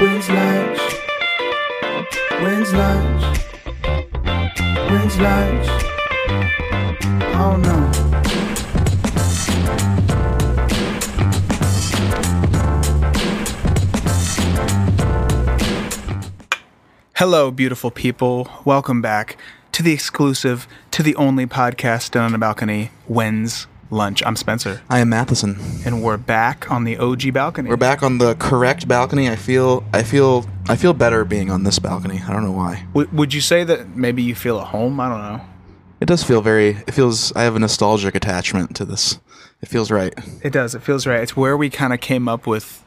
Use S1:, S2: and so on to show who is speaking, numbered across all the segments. S1: When's lunch? When's lunch? When's lunch? I don't know. Hello, beautiful people. Welcome back to the exclusive, to the only podcast done on a balcony. When's lunch? I'm Spencer,
S2: I am Matheson.
S1: and we're back on the OG balcony.
S2: We're back on the correct balcony. I feel I feel I feel better being on this balcony. I don't know why.
S1: W- would you say that maybe you feel at home? I don't know.
S2: It does feel very it feels I have a nostalgic attachment to this. It feels right.
S1: It does. It feels right. It's where we kind of came up with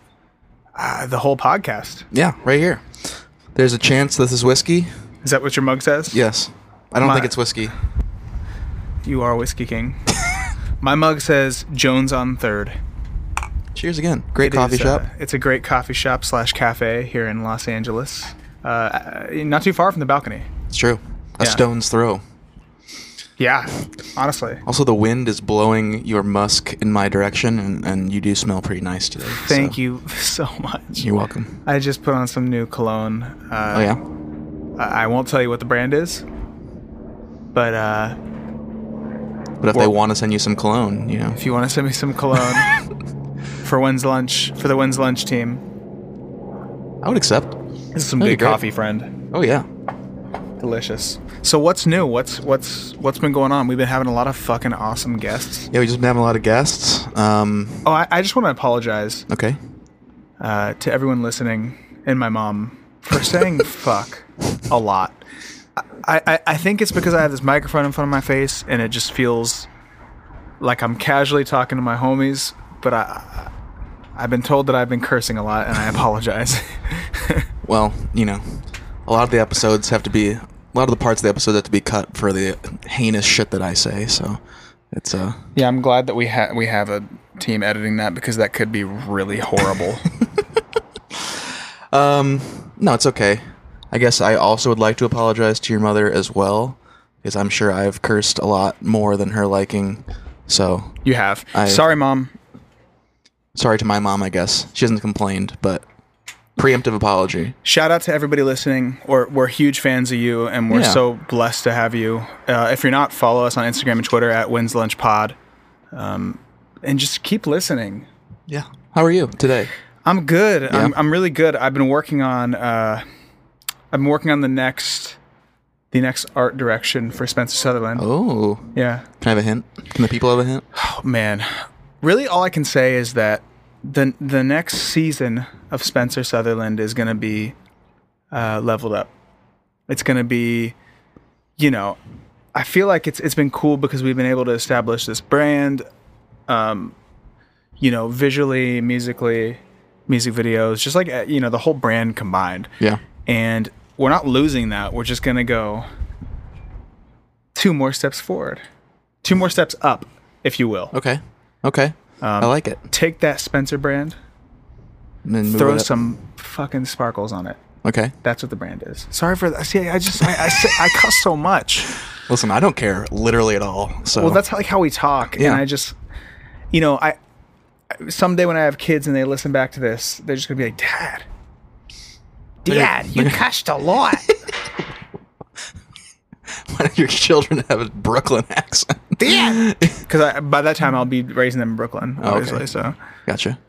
S1: uh, the whole podcast.
S2: Yeah, right here. There's a chance this is whiskey.
S1: Is that what your mug says?
S2: Yes. I don't
S1: My-
S2: think it's whiskey.
S1: You are Whiskey King. My mug says Jones on Third.
S2: Cheers again. Great
S1: It
S2: coffee
S1: is,
S2: shop.
S1: uh, it's a great coffee shop slash cafe here in Los Angeles. Uh, Uh, not too far from the balcony.
S2: it's true. A
S1: yeah.
S2: stone's throw.
S1: Yeah, honestly.
S2: Also, the wind is blowing your musk in my direction, and, and you do smell pretty nice today.
S1: Thank
S2: so-
S1: you so much.
S2: You're welcome.
S1: I just put on some new cologne. Uh,
S2: Oh yeah.
S1: I-, I won't tell you what the brand is, but uh,
S2: But if they
S1: Well-
S2: want to send you some cologne, you know,
S1: if you want to send me some cologne for when's lunch for the when's lunch team,
S2: I would accept.
S1: this is some
S2: That'd
S1: good
S2: be great.
S1: coffee, friend.
S2: Oh yeah.
S1: Delicious. So what's new? What's what's what's been going on? We've been having a lot of fucking awesome guests.
S2: Yeah, we just been having a lot of guests. Um,
S1: Oh, I, I just want to apologize
S2: okay.
S1: uh, to everyone listening and my mom for saying fuck a lot. I, I, I think it's because I have this microphone in front of my face and it just feels like I'm casually talking to my homies, but I, I've been told that I've been cursing a lot and I apologize.
S2: Well, you know, a lot of the episodes have to be a lot of the parts of the episode have to be cut for the heinous shit that I say. So it's uh
S1: yeah, I'm glad that we, ha- we have a team editing that because that could be really horrible.
S2: no, it's okay. I guess I also would like to apologize to your mother as well, because I'm sure I've cursed a lot more than her liking. So
S1: you have.
S2: I-
S1: Sorry, mom.
S2: sorry to my mom. I guess she hasn't complained, but preemptive apology.
S1: shout out to everybody listening or we're huge fans of you and we're
S2: Yeah.
S1: so blessed to have you uh, if you're not follow us on instagram and twitter at wins lunch pod um, and just keep listening
S2: Yeah. How are you today?
S1: i'm good I'm, I'm really good i've been working on uh, i've been working on the next the next art direction for spencer sutherland
S2: Oh,
S1: yeah
S2: can I have a hint? Can the people have a hint?
S1: man, really, all I can say is that the the next season of Spencer Sutherland is going to be uh, leveled up. It's going to be, you know, I feel like it's it's been cool because we've been able to establish this brand, um, you know, visually, musically, music videos, just like uh, you know, the whole brand combined
S2: Yeah.
S1: and we're not losing that. We're just gonna go two more steps forward, two more steps up, if you will.
S2: Okay. Okay.
S1: Um,
S2: I like it.
S1: Take that Spencer brand,
S2: And then move
S1: throw
S2: it up.
S1: some fucking sparkles on it.
S2: Okay.
S1: That's what the brand is. Sorry for that. See, I just I I, say, I cuss so much.
S2: Listen, I don't care literally at all. So
S1: Well, that's how, like how we talk,
S2: Yeah.
S1: and I just, you know, I someday when I have kids and they listen back to this, they're just gonna be like, Dad. Dad, you cussed a lot.
S2: why do your children have a Brooklyn accent?
S1: Dad, because by that time I'll be raising them in Brooklyn, obviously. So
S2: Gotcha.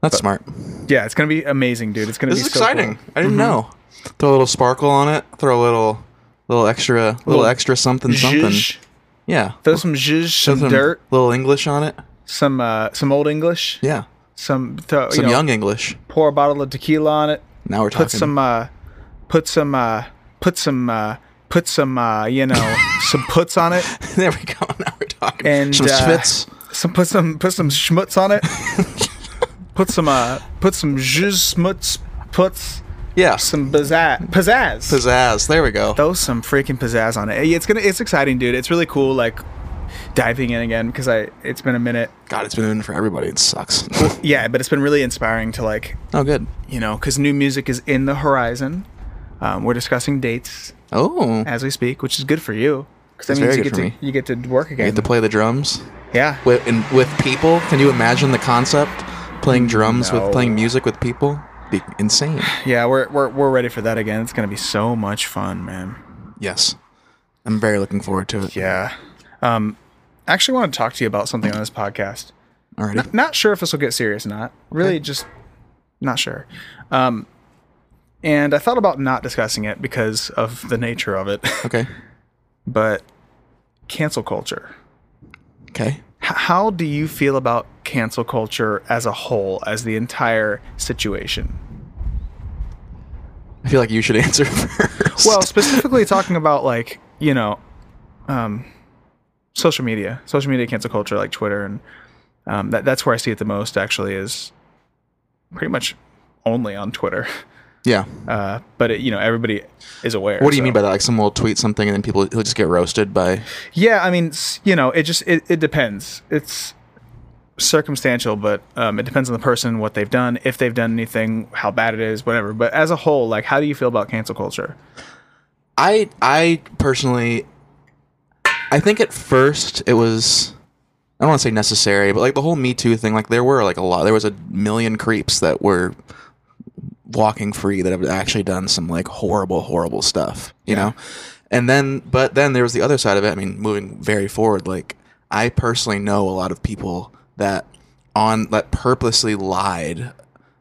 S2: That's smart.
S1: Yeah, it's gonna be amazing, dude. It's gonna
S2: This
S1: be
S2: is
S1: so cool. Mm-hmm.
S2: exciting. I didn't know. Throw a little sparkle on it. Throw a little, little extra, little,
S1: Little
S2: extra something, something.
S1: Zhuzh.
S2: Yeah.
S1: Throw some zhuzh, some,
S2: Some
S1: dirt,
S2: Little English on it.
S1: some uh, some old English,
S2: Yeah.
S1: some throw,
S2: Some
S1: you know,
S2: young English.
S1: Pour a bottle of tequila on it.
S2: Now we're
S1: Put
S2: talking.
S1: some uh, put some uh, put some uh, put some uh, you know some puts on it,
S2: there we go. Now we're talking.
S1: and
S2: some
S1: uh,
S2: spits.
S1: Some put some put some schmutz on it. put some uh, put some zhuzh schmutz puts
S2: Yeah.
S1: some Oh. pizzazz pizzazz.
S2: pizzazz. There we go.
S1: throw some freaking pizzazz on it. It's gonna, it's exciting, dude. It's really cool, like diving in again because I, it's been a minute.
S2: God, it's been in for everybody. It sucks.
S1: Yeah, but it's been really inspiring to like,
S2: oh, good.
S1: you know, because new music is in the horizon. Um, we're discussing dates
S2: Oh,
S1: as we speak, which is good for you because that
S2: It's
S1: means
S2: very
S1: you
S2: good for
S1: get to
S2: me.
S1: you get to work
S2: you
S1: again.
S2: get to play the drums.
S1: yeah,
S2: with, in, with people. Can you imagine the concept? Playing drums
S1: No.
S2: with playing music with people. be insane.
S1: Yeah, we're we're we're ready for that again. It's gonna be so much fun, man.
S2: Yes. I'm very looking forward to it.
S1: Yeah. Um, I actually want to talk to you about something on this podcast.
S2: Alrighty.
S1: Not sure if this will get serious or not. Really,
S2: Okay.
S1: just not sure. Um, and I thought about not discussing it because of the nature of it,
S2: Okay.
S1: but cancel culture.
S2: Okay.
S1: H- how do you feel about cancel culture as a whole, as the entire situation?
S2: I feel like you should answer first.
S1: Well, specifically talking about like you know, um, social media, social media cancel culture, like Twitter, and um, that that's where I see it the most. Actually, is pretty much only on Twitter.
S2: yeah.
S1: Uh, but it, you know, everybody is aware.
S2: What do you
S1: so-
S2: mean by that? Like someone will tweet something and then people he'll just get roasted by
S1: Yeah, I mean, s- you know, it just it, it depends. It's circumstantial, but um, it depends on the person, what they've done, if they've done anything, how bad it is, whatever. But as a whole, like, how do you feel about cancel culture?
S2: I I personally I think at first it was I don't want to say necessary, but like the whole Me Too thing, like there were like a lot there was a million creeps that were walking free that have actually done some like horrible, horrible stuff. You know? And then but then there was the other side of it. I mean, moving very forward, like I personally know a lot of people that on that purposely lied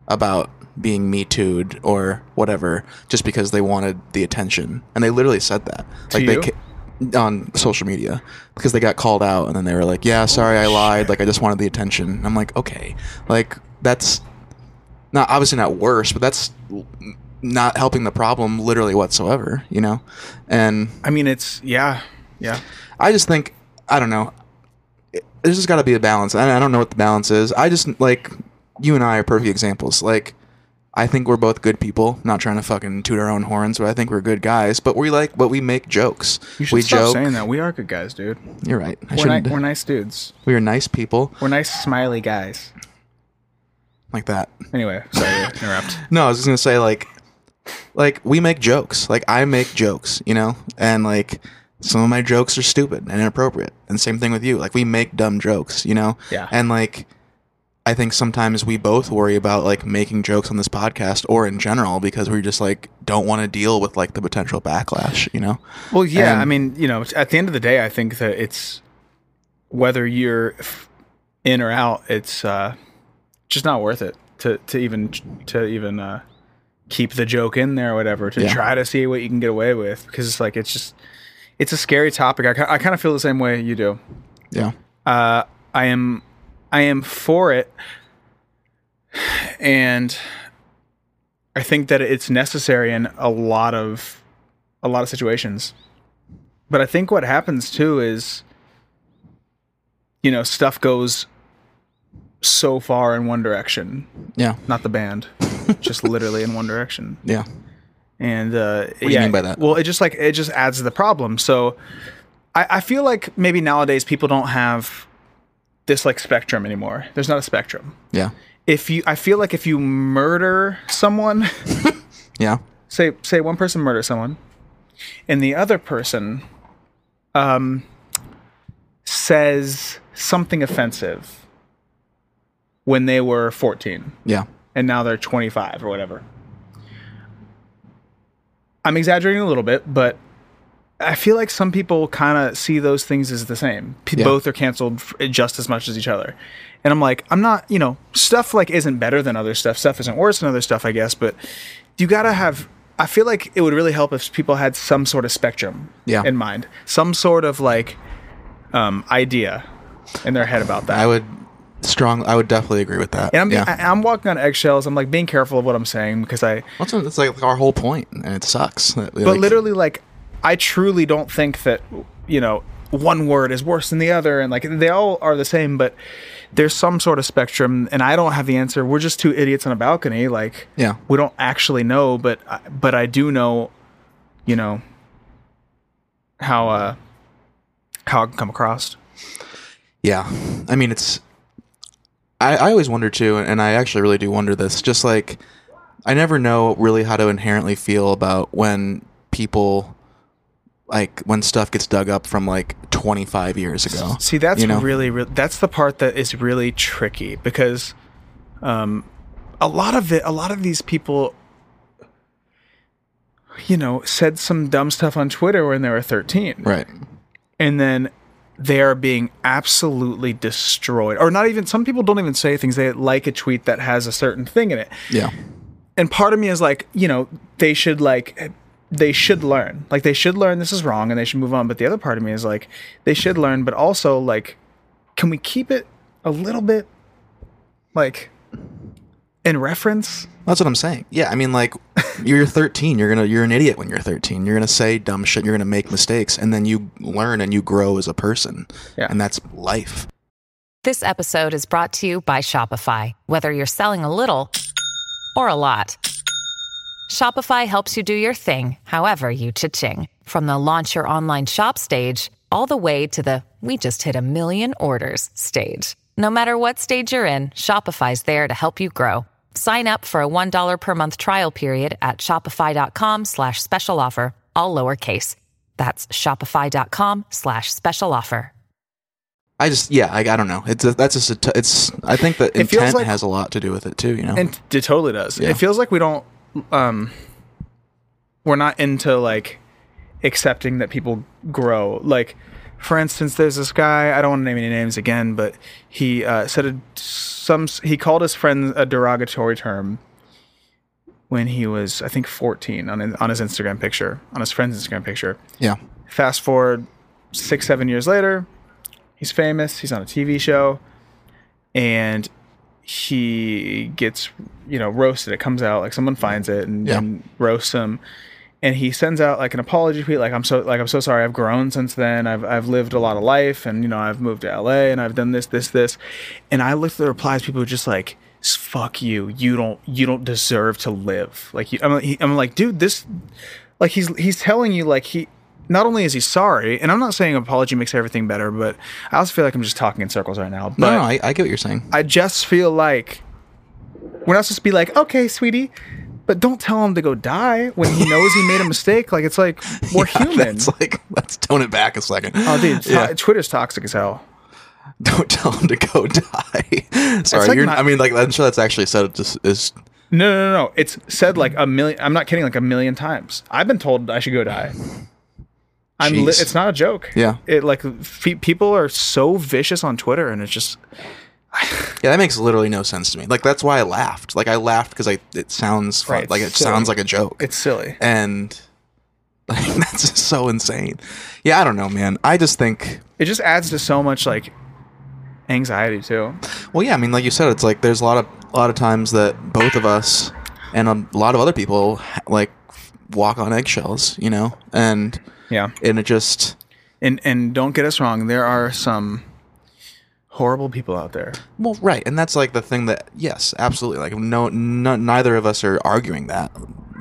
S2: about being me too'd or whatever just because they wanted the attention and they literally said that like they
S1: you?
S2: ca- on social media because they got called out and then they were like yeah sorry i lied like i just wanted the attention i'm like okay like that's not obviously not worse but that's l- not helping the problem literally whatsoever you know and
S1: I mean, it's yeah, yeah.
S2: I just think I don't know. It- There's just got to be a balance, and I don't know what the balance is. I just like you and I are perfect examples. Like I think we're both good people. Not trying to fucking toot our own horns, but I think we're good guys. But we like, but we make jokes.
S1: You should
S2: we
S1: stop
S2: joke.
S1: saying that. We are good guys, dude.
S2: You're right. I
S1: We're,
S2: shouldn't.
S1: ni- we're nice dudes.
S2: we are nice people
S1: We're nice, smiley guys.
S2: like that.
S1: Anyway, sorry to interrupt.
S2: No, I was just gonna say like, like we make jokes. Like I make jokes, you know, and like some of my jokes are stupid and inappropriate. And same thing with you. Like we make dumb jokes, you know.
S1: Yeah.
S2: And like, I think sometimes we both worry about like making jokes on this podcast or in general because we just like don't want to deal with like the potential backlash, you know.
S1: Well, yeah,
S2: And-
S1: I mean, you know, at the end of the day, I think that it's whether you're f- in or out, it's uh, just not worth it to to even to even uh, keep the joke in there or whatever to
S2: Yeah.
S1: try to see what you can get away with because it's like it's just it's a scary topic. I, ki- I kind of feel the same way you do.
S2: Yeah.
S1: Uh, I am I am for it, and I think that it's necessary in a lot of a lot of situations. But I think what happens too is, you know, stuff goes so far in one direction.
S2: Yeah.
S1: Not the band, just literally in one direction.
S2: Yeah.
S1: And uh, what do
S2: you mean by that?
S1: Well, it just like it just adds to the problem. So I, I feel like maybe nowadays people don't have this like spectrum anymore. There's not a spectrum.
S2: Yeah.
S1: If you, I feel like if you murder someone,
S2: Yeah.
S1: say say one person murders someone, and the other person, um, says something offensive when they were 14
S2: Yeah.
S1: and now they're 25 or whatever. I'm exaggerating a little bit, but I feel like some people kind of see those things as the same. P-
S2: Yeah.
S1: Both are canceled f- just as much as each other. And I'm like, I'm not, you know, stuff like isn't better than other stuff. Stuff isn't worse than other stuff, I guess, but you got to have I feel like it would really help if people had some sort of spectrum
S2: Yeah.
S1: in mind, some sort of like um, idea in their head about that.
S2: I would strong. I would definitely agree with that.
S1: And I'm being-
S2: yeah.
S1: I, I'm walking on eggshells. I'm like being careful of what I'm saying because I.
S2: That's, that's like our whole point, and it sucks. But
S1: But literally, like, I truly don't think that you know one word is worse than the other, and like they all are the same, but there's some sort of spectrum, and I don't have the answer. We're just two idiots on a balcony. Like,
S2: Yeah.
S1: we don't actually know, but I- but I do know, you know, how uh how I can come across.
S2: Yeah. I mean, it's. I, I always wonder too, and I actually really do wonder this. Just like, I never know really how to inherently feel about when people, like, when stuff gets dug up from like 25 years ago.
S1: See, that's
S2: you know?
S1: really, really that's the part that is really tricky because um a lot of it a lot of these people you know said some dumb stuff on twitter when they were 13
S2: Right.
S1: and then they are being absolutely destroyed or not even some people don't even say things they like a tweet that has a certain thing in it
S2: Yeah.
S1: and part of me is like, you know, they should like they should learn. Like they should learn this is wrong and they should move on. But the other part of me is like, they should learn, but also like, can we keep it a little bit like in reference?
S2: That's what I'm saying. Yeah, I mean, like, you're 13. You're gonna you're an idiot when you're 13. You're gonna say dumb shit. You're gonna make mistakes, and then you learn and you grow as a person.
S1: Yeah.
S2: And that's life.
S3: This episode is brought to you by Shopify. Whether you're selling a little or a lot, Shopify helps you do your thing, however you cha-ching. From the launch your online shop stage, all the way to the we just hit a million orders stage. No matter what stage you're in, Shopify's there to help you grow. Sign up for a $1 per month trial period at shopify.com slash special offer, all lowercase. That's shopify.com slash special offer.
S2: I just yeah. I, I don't know. It's a, that's just a t- it's. I think that
S1: It feels
S2: intent
S1: like-
S2: has a lot to do with it too. You know.
S1: And it totally does.
S2: Yeah.
S1: It feels like we don't um we're not into like accepting that people grow. Like for instance, there's this guy, I don't want to name any names again, but he uh said a, some he called his friend a derogatory term when he was I think 14 on his- on his Instagram picture, on his friend's Instagram picture.
S2: yeah.
S1: Fast forward six, seven years later, he's famous. He's on a TV show, and he gets you know roasted. It comes out like someone finds it and,
S2: Yeah.
S1: and roasts him, and he sends out like an apology tweet, like I'm so like I'm so sorry. I've grown since then. I've I've lived a lot of life, and you know I've moved to LA, and I've done this, this, this, and I looked at the replies. People were just like. "S- Fuck you! You don't you don't deserve to live. Like you, I'm like- I'm like dude, this like he's he's telling you like he not only is he sorry and i'm not saying apology makes everything better but i also feel like i'm just talking in circles right now but
S2: No, no, I, I get what you're saying.
S1: i just feel like we're not supposed to be like okay sweetie but don't tell him to go die when he knows he made a mistake like it's like we're human
S2: It's like let's tone it back a second.
S1: oh dude to-
S2: Yeah.
S1: twitter's toxic as hell
S2: don't tell him to go die. Sorry,
S1: like
S2: you're,
S1: my-
S2: I mean, like I'm sure that's actually said. It just is
S1: no no no no it's said like a million i'm not kidding like a million times i've been told i should go die I'm li-
S2: Jeez.
S1: it's not a joke.
S2: Yeah.
S1: It like fe- people are so vicious on Twitter and it's just
S2: Yeah, that makes literally no sense to me. Like that's why I laughed. Like I laughed because I it sounds fun.
S1: Right,
S2: like it
S1: silly.
S2: sounds like a joke.
S1: it's silly.
S2: and like, that's just so insane. Yeah, I don't know, man. I just think.
S1: it just adds to so much like anxiety too.
S2: Well, yeah. I mean, like you said, it's like there's a lot of a lot of times that both of us and a lot of other people ha- like walk on eggshells, you know, and
S1: Yeah.
S2: and it just
S1: And and don't get us wrong, there are some horrible people out there.
S2: Well, right, and that's like the thing that yes, absolutely. Like no, no neither of us are arguing that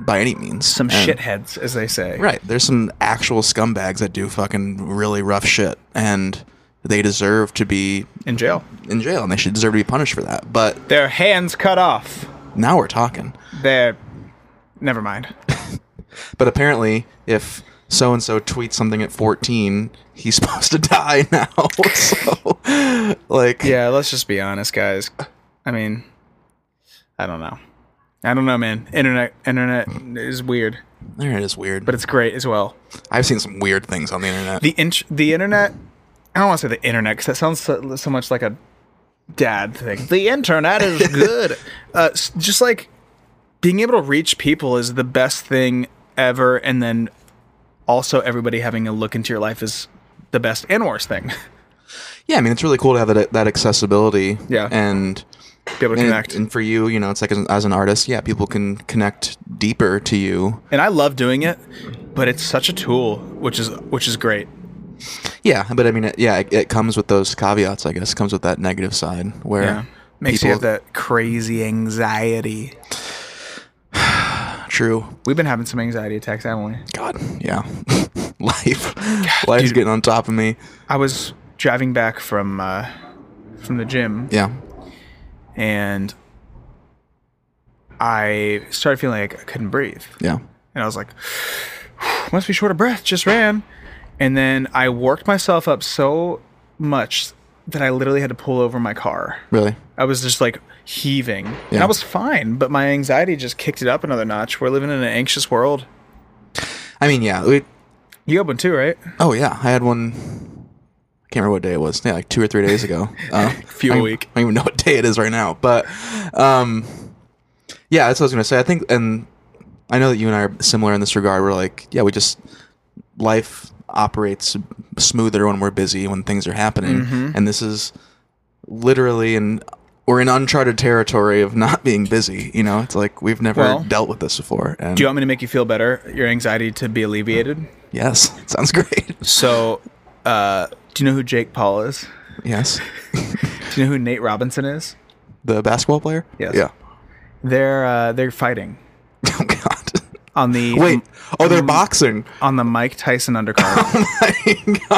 S2: by any means.
S1: Some
S2: And-
S1: shitheads, as they say.
S2: Right, there's some actual scumbags that do fucking really rough shit, and they deserve to be
S1: In jail.
S2: in jail, and they should deserve to be punished for that. But
S1: Their hands cut off.
S2: now we're talking.
S1: They're never mind.
S2: But apparently, if so and so tweets something at 14, he's supposed to die now. so, like,
S1: yeah, let's just be honest, guys. I mean I don't know. I don't know, man. Internet internet is weird,
S2: there it is weird.
S1: but
S2: But
S1: it's great as well.
S2: I've seen some weird things on the internet.
S1: the int- the internet i don't want to say the internet because that sounds so, so much like a dad thing the internet is good uh, s- just like being able to reach people is the best thing ever and then also everybody having a look into your life is the best and worst thing
S2: yeah, I mean, it's really cool to have that, that accessibility.
S1: Yeah.
S2: and
S1: be able to
S2: And-
S1: connect
S2: And,
S1: Mm, and,
S2: for you, you know, it's like as, an- as an artist, yeah, people can connect deeper to you.
S1: i love doing it but it's such a tool which is which is great
S2: Yeah, but I mean, it, yeah, it, it comes with those caveats, I guess. It comes with that negative side where
S1: yeah makes you
S2: people-
S1: have that crazy anxiety
S2: true.
S1: we've been having some anxiety attacks haven't we
S2: God, yeah, life, life's
S1: dude.
S2: getting on top of me.
S1: i was driving back from uh from the gym
S2: Yeah,
S1: and I started feeling like I couldn't breathe.
S2: yeah,
S1: And I was like, must be short of breath, just ran. And then I worked myself up so much that I literally had to pull over my car.
S2: really.
S1: I was just like heaving. And
S2: Yeah.
S1: I was fine, but my anxiety just kicked it up another notch. We're living in an anxious world.
S2: I mean, yeah. We,
S1: You got one too, right?
S2: oh, yeah. I had one. I can't remember what day it was. Yeah, like two or three days ago. Uh,
S1: Fuel
S2: I don't-
S1: week.
S2: I don't even know what day it is right now. But um, yeah, that's what I was gonna say. I think, and I know that you and I are similar in this regard. We're like, yeah, we just life operates smoother when we're busy when things are happening,
S1: Mm-hmm.
S2: and this is literally in we're in uncharted territory of not being busy. You know, it's like we've never
S1: Well,
S2: dealt with this before. And
S1: Do you want me to make you feel better? Your anxiety to be alleviated?
S2: yes, sounds great.
S1: So, uh, do you know who Jake Paul is?
S2: yes,
S1: Do you know who Nate Robinson is?
S2: the basketball player.
S1: Yes.
S2: Yeah.
S1: They're uh, they're fighting
S2: Oh God.
S1: on the
S2: Wait. Oh, they're boxing.
S1: on the Mike Tyson undercard.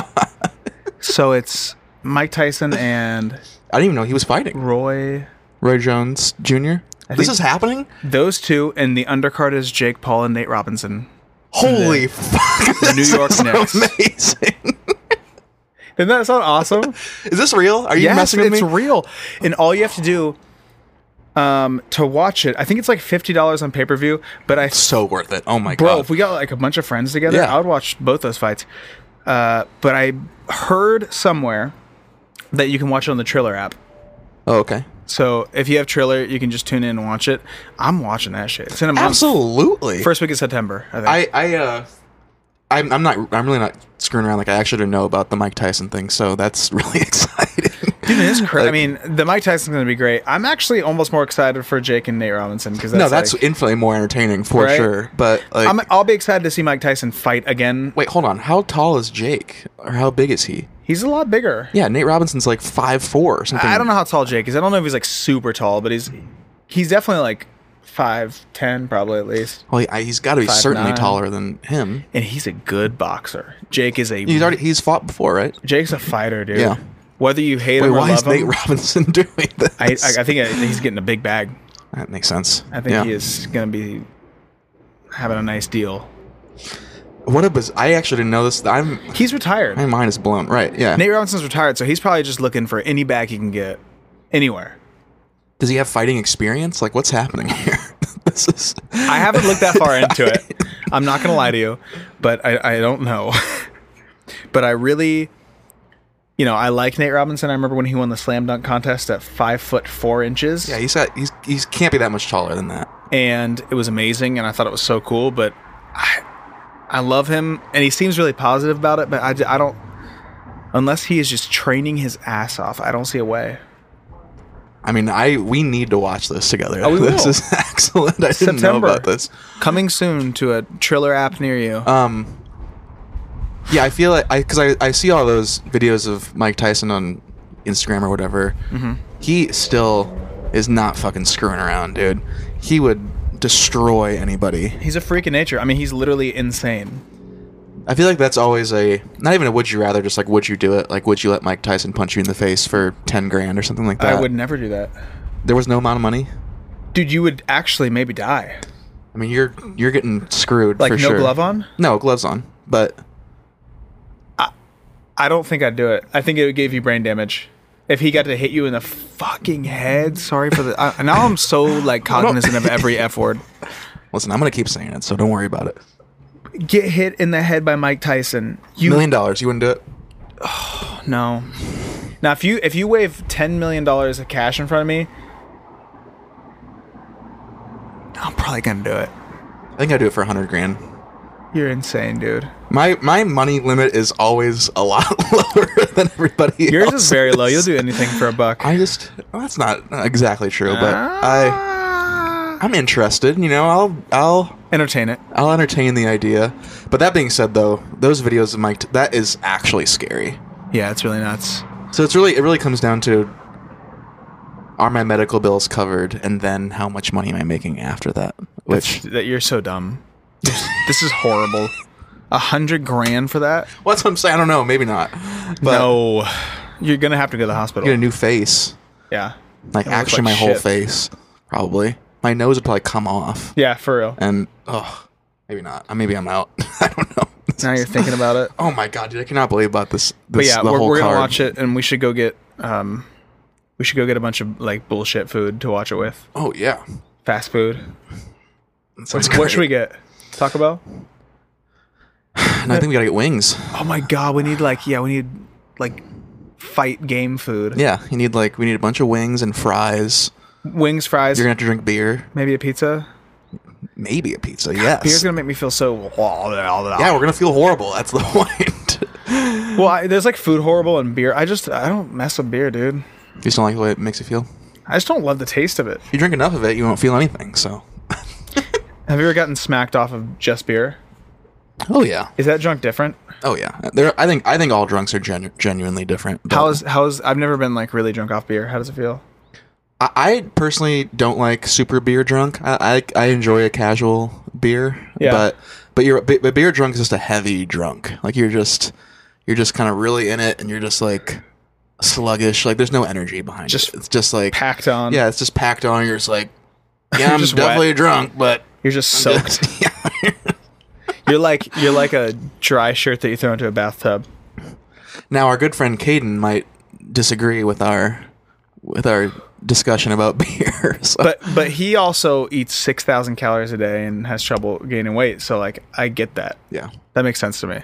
S1: So it's Mike Tyson and
S2: I didn't even know he was fighting.
S1: Roy.
S2: Roy Jones Jr. this
S1: think-
S2: is happening?
S1: Those two, and the undercard is Jake Paul and Nate Robinson.
S2: Holy fuck. The
S1: New York Knicks.
S2: Amazing.
S1: Doesn't that sound awesome?
S2: Is this real? Are you
S1: yes,
S2: messing with
S1: it's
S2: me?
S1: real. And all you have to do um, to watch it, I think it's like fifty dollars on pay per view. But I,
S2: so worth it. Oh my
S1: bro,
S2: god.
S1: if we got like a bunch of friends together,
S2: Yeah.
S1: I would watch both those fights. Uh, but I heard somewhere that you can watch it on the Triller app.
S2: oh, okay.
S1: So if you have Triller, you can just tune in and watch it. I'm watching that shit. It's in a month.
S2: Absolutely.
S1: First week of September. I think.
S2: I I uh I'm, I'm not I'm really not screwing around like I actually didn't know about the Mike Tyson thing, so that's really exciting.
S1: Dude, it is cra- I mean, the Mike Tyson's going to be great. I'm actually almost more excited for Jake and Nate Robinson because that's
S2: no, that's
S1: like-
S2: infinitely more entertaining for
S1: Right?
S2: sure. But like
S1: I'm, I'll be excited to see Mike Tyson fight again.
S2: wait, hold on. How tall is Jake? Or how big is he?
S1: He's a lot bigger.
S2: Yeah, Nate Robinson's like five four or something.
S1: I don't know how tall Jake is. I don't know if he's like super tall, but he's he's definitely like five ten probably at least.
S2: Well, he, I- he's got to be certainly
S1: nine.
S2: taller than him.
S1: And he's a good boxer. Jake is a
S2: He's already he's fought before, right?
S1: Jake's a fighter, dude.
S2: Yeah.
S1: Whether you hate
S2: Wait,
S1: him or
S2: why is
S1: love
S2: Nate
S1: him,
S2: Robinson doing this?
S1: I, I, I think I- he's getting a big bag.
S2: that makes sense.
S1: I think
S2: Yeah.
S1: he is going to be having a nice deal.
S2: What a biz- I actually didn't know this. I'm
S1: He's retired.
S2: my mind is blown. Right? Yeah.
S1: Nate Robinson's retired, so he's probably just looking for any bag he can get anywhere.
S2: Does he have fighting experience? Like, what's happening here? this is.
S1: I haven't looked that far into it. I'm not gonna lie to you, but I, I don't know. but I really, you know, I like Nate Robinson. I remember when he won the slam dunk contest at five foot four inches,
S2: yeah, he's got, he's he's can't be that much taller than that.
S1: and it was amazing, and I thought it was so cool. But I, I love him, and he seems really positive about it. But I, d- I don't, unless he is just training his ass off, I don't see a way.
S2: I mean, I we need to watch this together.
S1: Oh, we
S2: this
S1: will.
S2: is excellent. I didn't
S1: September.
S2: know about this.
S1: Coming soon to a Triller app near you.
S2: Um, yeah, I feel like I because I, I see all those videos of Mike Tyson on Instagram or whatever.
S1: Mm-hmm.
S2: He still is not fucking screwing around, dude. He would destroy anybody.
S1: he's a freak of nature. I mean, he's literally insane.
S2: I feel like that's always a not even a would you rather, just like would you do it? Like would you let Mike Tyson punch you in the face for ten grand or something like that?
S1: I would never do that.
S2: There was no amount of money.
S1: Dude, you would actually maybe die.
S2: I mean, you're you're getting screwed
S1: Like
S2: for
S1: no
S2: sure.
S1: glove on?
S2: No gloves on, but
S1: I don't think I'd do it. I think it would give you brain damage. If he got to hit you in the fucking head, sorry for the. I, now I'm so like cognizant of every f word.
S2: listen, I'm gonna keep saying it, so don't worry about it.
S1: Get hit in the head by Mike Tyson. You
S2: Million dollars, you wouldn't do it?
S1: no. Now if you if you wave ten million dollars of cash in front of me, I'm probably gonna do it.
S2: I think I'd do it for a hundred grand.
S1: You're insane, dude.
S2: My my money limit is always a lot lower than everybody.
S1: Yours is
S2: else's.
S1: very low. You'll do anything for a buck.
S2: I just well, that's not exactly true, but I
S1: Ah.
S2: I'm interested. You know, I'll I'll
S1: entertain it.
S2: I'll entertain the idea. But that being said, though, those videos of Mike T- that is actually scary.
S1: Yeah, it's really nuts.
S2: So it's really it really comes down to are my medical bills covered, and then how much money am I making after that? Which
S1: that you're so dumb. this is horrible. A hundred grand for that?
S2: well, that's what I'm saying. I don't know. Maybe not. But
S1: no, you're gonna have to go to the hospital.
S2: get a new face.
S1: yeah,
S2: Like
S1: It'll look
S2: actually,
S1: like
S2: my whole
S1: shit.
S2: face probably. My nose would probably come off.
S1: yeah, for real.
S2: and oh, maybe not. Uh, Maybe I'm out. I don't know.
S1: Now you're thinking about it.
S2: Oh my god, dude! I cannot believe about this. this
S1: But yeah,
S2: the
S1: we're,
S2: whole
S1: we're gonna
S2: card.
S1: watch it, and we should go get um, we We should go get a bunch of like bullshit food to watch it with.
S2: Oh yeah.
S1: Fast food.
S2: That
S1: What
S2: sounds
S1: what
S2: great.
S1: should we get? Taco Bell.
S2: And I think we gotta get wings.
S1: Oh my god, we need like yeah, we need like fight game food.
S2: Yeah, you need like we need a bunch of wings and fries.
S1: Wings, fries,
S2: You're gonna have to drink beer,
S1: maybe a pizza.
S2: maybe a pizza. Yes.
S1: Beer's gonna make me feel so.
S2: yeah, we're gonna feel horrible. That's the point.
S1: Well, I, there's like food horrible and beer. I just I don't mess with beer, dude.
S2: you just don't like the way it makes you feel.
S1: I just don't love the taste of it.
S2: If you drink enough of it, you won't feel anything. So.
S1: Have you ever gotten smacked off of just beer?
S2: Oh yeah.
S1: Is that junk different?
S2: Oh yeah. There. I think. I think all drunks are genu- genuinely different. but-
S1: How is how is I've never been like really drunk off beer. How does it feel?
S2: I, I personally don't like super beer drunk. I, I, I enjoy a casual beer,
S1: Yeah.
S2: but but you're but but beer drunk is just a heavy drunk. Like you're just you're just kind of really in it, and you're just like sluggish. Like there's no energy behind
S1: Just
S2: it. It's just like
S1: Packed on.
S2: yeah, it's just packed on. You're just like yeah, I'm
S1: just
S2: definitely drunk, but
S1: You're just soaked.
S2: yeah,
S1: you're like you're like a dry shirt that you throw into a bathtub.
S2: Now our good friend Caden might disagree with our with our discussion about beer. So.
S1: But but he also eats six thousand calories a day and has trouble gaining weight. So like I get that.
S2: yeah.
S1: That makes sense to me.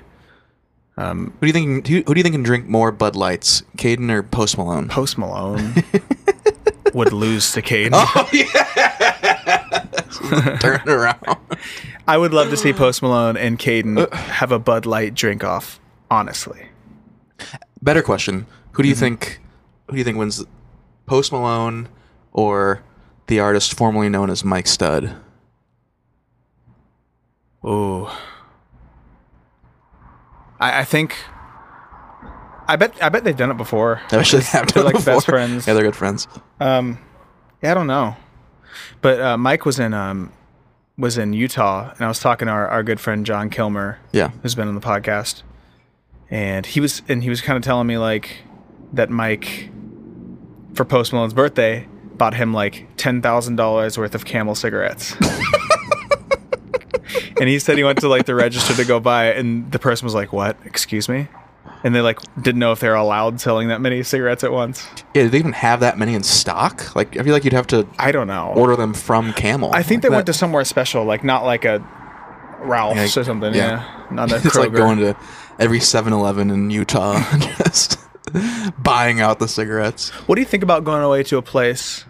S2: Who do you think? Who, who do you think can drink more Bud Lights, Caden or Post Malone?
S1: Post Malone Ah! would lose to Caden.
S2: Turn it around.
S1: I would love to see Post Malone and Caden have a Bud Light drink off. Honestly,
S2: Better question: Who
S1: Mm-hmm.
S2: do you think? Who do you think wins? Post Malone or the artist formerly known as Mike Stud?
S1: ooh, I, I think. I bet I bet they've done it before.
S2: That should have
S1: they're
S2: done
S1: like
S2: before.
S1: best friends.
S2: Yeah, they're good friends.
S1: Um, Yeah, I don't know, but uh, Mike was in um, was in Utah, and I was talking to our, our good friend John Kilmer,
S2: Yeah.
S1: who's been on the podcast, and he was and he was kind of telling me like that Mike for Post Malone's birthday bought him like ten thousand dollars worth of Camel cigarettes. and he said he went to like the register to go buy it, and the person was like, "What? Excuse me?" And they like didn't know if they were allowed selling that many cigarettes at once.
S2: Yeah, do they even have that many in stock? Like, I feel like you'd have to
S1: I don't know.
S2: order them from Camel.
S1: I think they went to somewhere special, like not like a Ralph's
S2: Yeah,
S1: or something.
S2: yeah.
S1: Yeah, not a
S2: It's like
S1: Kroger.
S2: going to every 7-Eleven in Utah and just buying out the cigarettes.
S1: What do you think about going away to a place,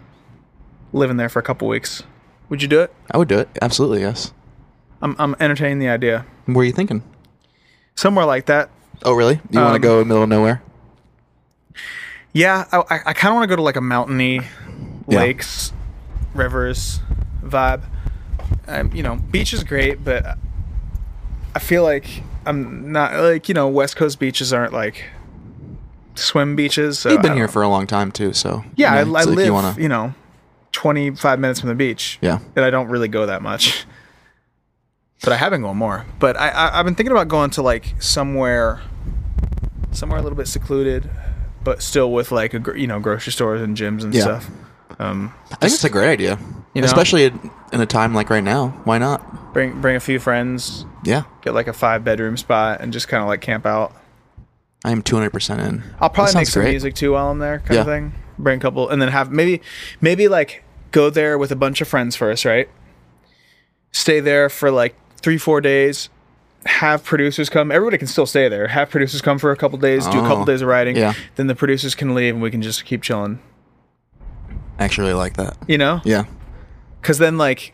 S1: living there for a couple weeks? Would you do it?
S2: I would do it. Absolutely, yes.
S1: I'm, I'm entertaining the idea.
S2: What are you thinking?
S1: Somewhere like that.
S2: Oh, really? You want to
S1: Um,
S2: go in the middle of nowhere?
S1: Yeah, I, I, I kind of want to go to like a mountainy,
S2: Yeah.
S1: lakes, rivers vibe. Um, you know, beach is great, but I feel like I'm not like you know West Coast beaches aren't like swim beaches. So
S2: You've
S1: I
S2: been
S1: don't
S2: here
S1: know.
S2: for a long time too, so
S1: Yeah,
S2: you know,
S1: I, I
S2: it's like
S1: live, you,
S2: You wanna,
S1: know, 25 minutes from the beach.
S2: Yeah.
S1: And I don't really go that much. But I have been going more. But I, I, I've been thinking about going to like somewhere, somewhere a little bit secluded, but still with like, a, gr- you know, grocery stores and gyms and
S2: Yeah.
S1: stuff.
S2: I think it's a great idea,
S1: You know?
S2: especially in in a time like right now. Why not?
S1: Bring, bring a few friends,
S2: Yeah,
S1: get like a five bedroom spot and just kind of like camp out.
S2: I am two hundred percent in.
S1: I'll probably
S2: That
S1: make
S2: sounds
S1: some
S2: great.
S1: music too while I'm there, kind
S2: Yeah.
S1: of thing. Bring a couple, and then have maybe, maybe like go there with a bunch of friends first, right? Stay there for like three, four days. Have producers come. Everybody can still stay there. Have producers come for a couple days, do a couple
S2: Oh,
S1: days of writing.
S2: yeah.
S1: Then the producers can leave, and we can just keep chilling.
S2: I actually really like that.
S1: You know?
S2: Yeah,
S1: Because then, like,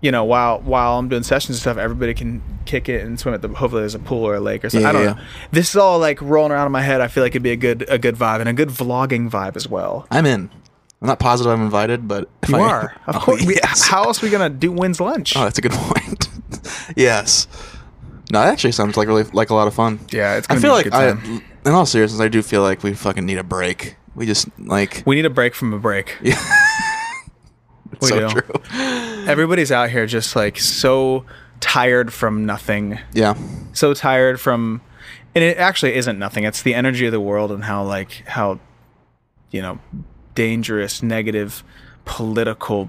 S1: you know, while while I'm doing sessions and stuff, everybody can kick it and swim at the. Hopefully, there's a pool or a lake or something.
S2: Yeah,
S1: I don't
S2: yeah,
S1: know.
S2: yeah.
S1: This is all like rolling around in my head. I feel like it'd be a good a good vibe and a good vlogging vibe as well.
S2: I'm in. I'm not positive I'm invited, but if
S1: You
S2: I,
S1: are, of course. We,
S2: Oh, yes.
S1: how else are we gonna do wins lunch?
S2: Oh, that's a good point. yes. No, that actually sounds like really like a lot of fun.
S1: Yeah, it's
S2: I
S1: gonna
S2: feel
S1: be a
S2: like
S1: good
S2: I,
S1: time.
S2: in all seriousness, I do feel like we fucking need a break. We just like
S1: we need a break from a break.
S2: Yeah.
S1: we
S2: so
S1: do.
S2: true.
S1: Everybody's out here just like so tired from nothing,
S2: Yeah,
S1: so tired from, and it actually isn't nothing. It's the energy of the world and how like how, you know, dangerous, negative, political,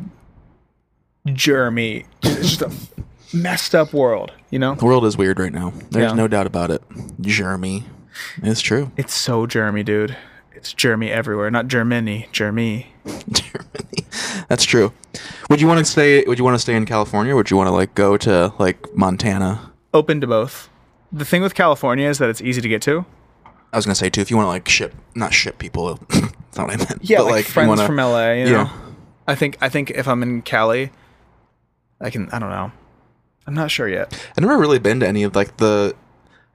S1: germy, it's just a messed up world. You know,
S2: the world is weird right now. There's
S1: Yeah.
S2: no doubt about it. Jeremy, it's true.
S1: it's so germy, dude. It's Jeremy everywhere, not Germany, Jeremy.
S2: Germany. That's true. Would you want to stay? Would you want to stay in California? Would you want to like go to like Montana?
S1: Open to both. The thing with California is that it's easy to get to.
S2: I was gonna say too. If you want to like ship, not ship people. that's not what I meant.
S1: Yeah,
S2: but,
S1: like,
S2: you
S1: friends
S2: wanna-
S1: from LA. You know?
S2: Yeah.
S1: I think I think if I'm in Cali, I can. I don't know. I'm not sure yet.
S2: I've never really been to any of like the.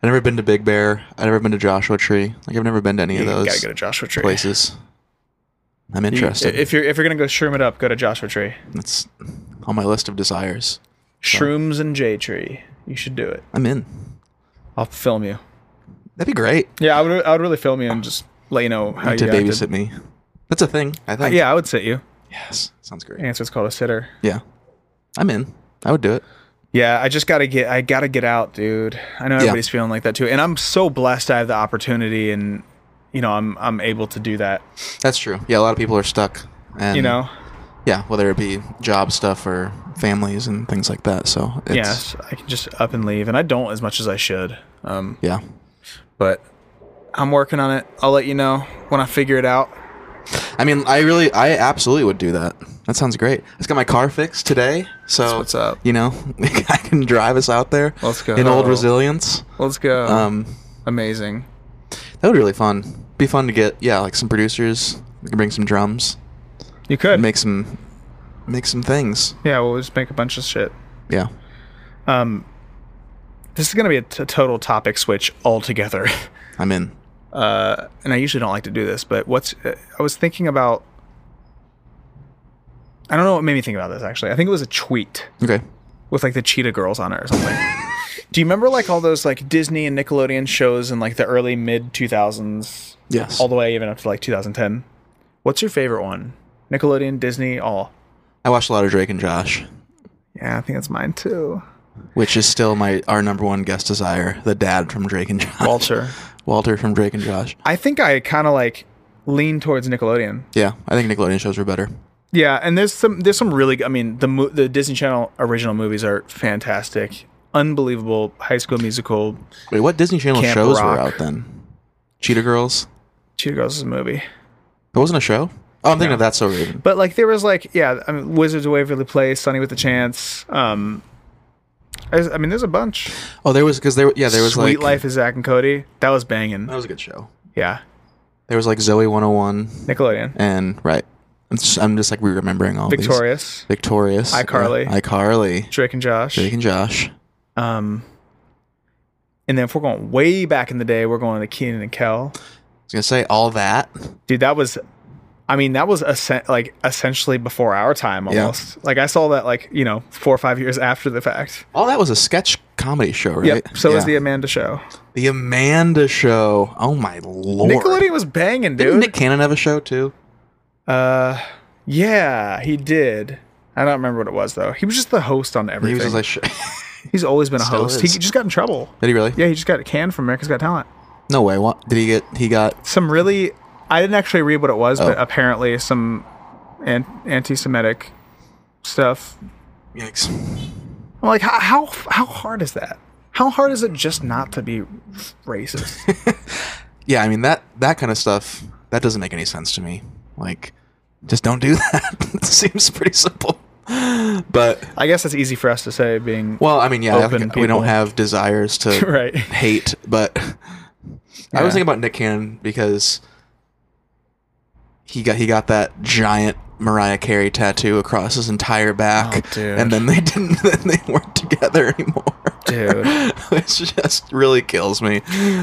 S2: I've never been to Big Bear. I've never been to Joshua Tree. Like I've never been to any of
S1: You
S2: those
S1: gotta go to Joshua Tree.
S2: places. I'm
S1: You-
S2: interested.
S1: if you're if you're gonna go shroom it up, go to Joshua Tree.
S2: That's on my list of desires.
S1: Shrooms and J Tree. You should do it.
S2: I'm in.
S1: I'll film you.
S2: That'd be great
S1: Yeah, I would. I would really film you and just let you know how
S2: to
S1: you acted.
S2: babysit me. That's a thing. I think.
S1: Uh, Yeah, I would sit you.
S2: Yes. Sounds great.
S1: And so it's called a sitter.
S2: Yeah. I'm in. I would do it.
S1: Yeah, I just gotta get I gotta get out, dude. I know everybody's feeling like that too. And I'm so blessed I have the opportunity and you know, I'm I'm able to do that.
S2: That's true. Yeah, a lot of people are stuck. And,
S1: You know?
S2: Hmm. Yeah, whether it be job stuff or families and things like that. So it's,
S1: yes. I can just up and leave and I don't as much as I should. Um
S2: Yeah.
S1: but I'm working on it. I'll let you know when I figure it out.
S2: I mean, I really, I absolutely would do that. That sounds great. I just got my car fixed today, so
S1: what's up.
S2: You know, I can drive us out there.
S1: Let's go.
S2: In old resilience.
S1: Let's go.
S2: Um,
S1: Amazing.
S2: that would be really fun. Be fun to get, yeah, like some producers. We can bring some drums,
S1: You could.
S2: make some, make some things.
S1: yeah, we'll just make a bunch of shit.
S2: Yeah.
S1: This is gonna be a t- total topic switch altogether.
S2: I'm in.
S1: uh, and I usually don't like to do this, but what's uh, I was thinking about. I don't know what made me think about this actually. I think it was a tweet
S2: Okay.
S1: with like the Cheetah Girls on it or something. do you remember like all those like Disney and Nickelodeon shows in like the early mid two thousands,
S2: Yes.
S1: all the way even up to like two thousand ten? What's your favorite one? Nickelodeon, Disney, all.
S2: I watched a lot of Drake and Josh,
S1: Yeah, I think that's mine too.
S2: which is still my our number one guest desire. The dad from Drake and Josh.
S1: Walter.
S2: Walter from Drake and Josh.
S1: I think I kind of like lean towards Nickelodeon.
S2: Yeah, I think Nickelodeon shows were better.
S1: Yeah, and there's some there's some really I mean the mo- the Disney Channel original movies are fantastic, unbelievable. High School Musical,
S2: Wait, what Disney Channel
S1: Camp
S2: shows
S1: Rock.
S2: were out then? Cheetah Girls.
S1: Cheetah Girls is a movie,
S2: It wasn't a show. Oh, I'm thinking of That's So Raven.
S1: but like there was like yeah, I mean, Wizards of Waverly Place, Sunny with a Chance. Um, I, I mean there's a bunch.
S2: Oh, there was because there. Yeah, there was
S1: Sweet
S2: like
S1: Life is Zach and Cody. That was banging.
S2: That was a good show.
S1: Yeah,
S2: There was like Zoe 101
S1: Nickelodeon,
S2: and right. I'm just, I'm just like re-remembering all
S1: Victorious,
S2: these. Victorious.
S1: iCarly.
S2: Uh, iCarly.
S1: Drake and Josh.
S2: Drake and Josh.
S1: Um, and then if we're going way back in the day, we're going to Keenan and Kel.
S2: I was gonna say all that.
S1: dude that was i mean that was essen- like essentially before our time
S2: Yeah.
S1: almost like i saw that like you know four or five years after the fact
S2: All that was a sketch comedy show, right?
S1: yep so was the
S2: Yeah.
S1: amanda show
S2: the Amanda Show. Oh my lord.
S1: nickelodeon was banging
S2: Didn't
S1: dude
S2: Nick Cannon have a show too?
S1: uh yeah he did i don't remember what it was though he was just the host on
S2: He
S1: everything
S2: was just like, sh-
S1: he's always been a
S2: Still
S1: host he
S2: is.
S1: just got in trouble
S2: did he really?
S1: yeah he just got canned from america's got talent
S2: No way. What did he get? He got
S1: some really i didn't actually read what it was
S2: Oh.
S1: but apparently some an- anti-semitic stuff
S2: yikes.
S1: I'm like, how, how how hard is that? How hard is it just not to be racist?
S2: Yeah, I mean that that kind of stuff that doesn't make any sense to me. Like, just don't do that. it seems pretty simple. But
S1: I guess that's easy for us to say, being
S2: well, I mean, yeah, I
S1: Open
S2: think we don't
S1: people.
S2: have desires to
S1: right.
S2: hate, but I
S1: Yeah.
S2: was thinking about Nick Cannon because he got he got that giant Mariah Carey tattoo across his entire back,
S1: Oh, dude.
S2: and then they didn't then they weren't together anymore.
S1: Dude,
S2: Which just really kills me,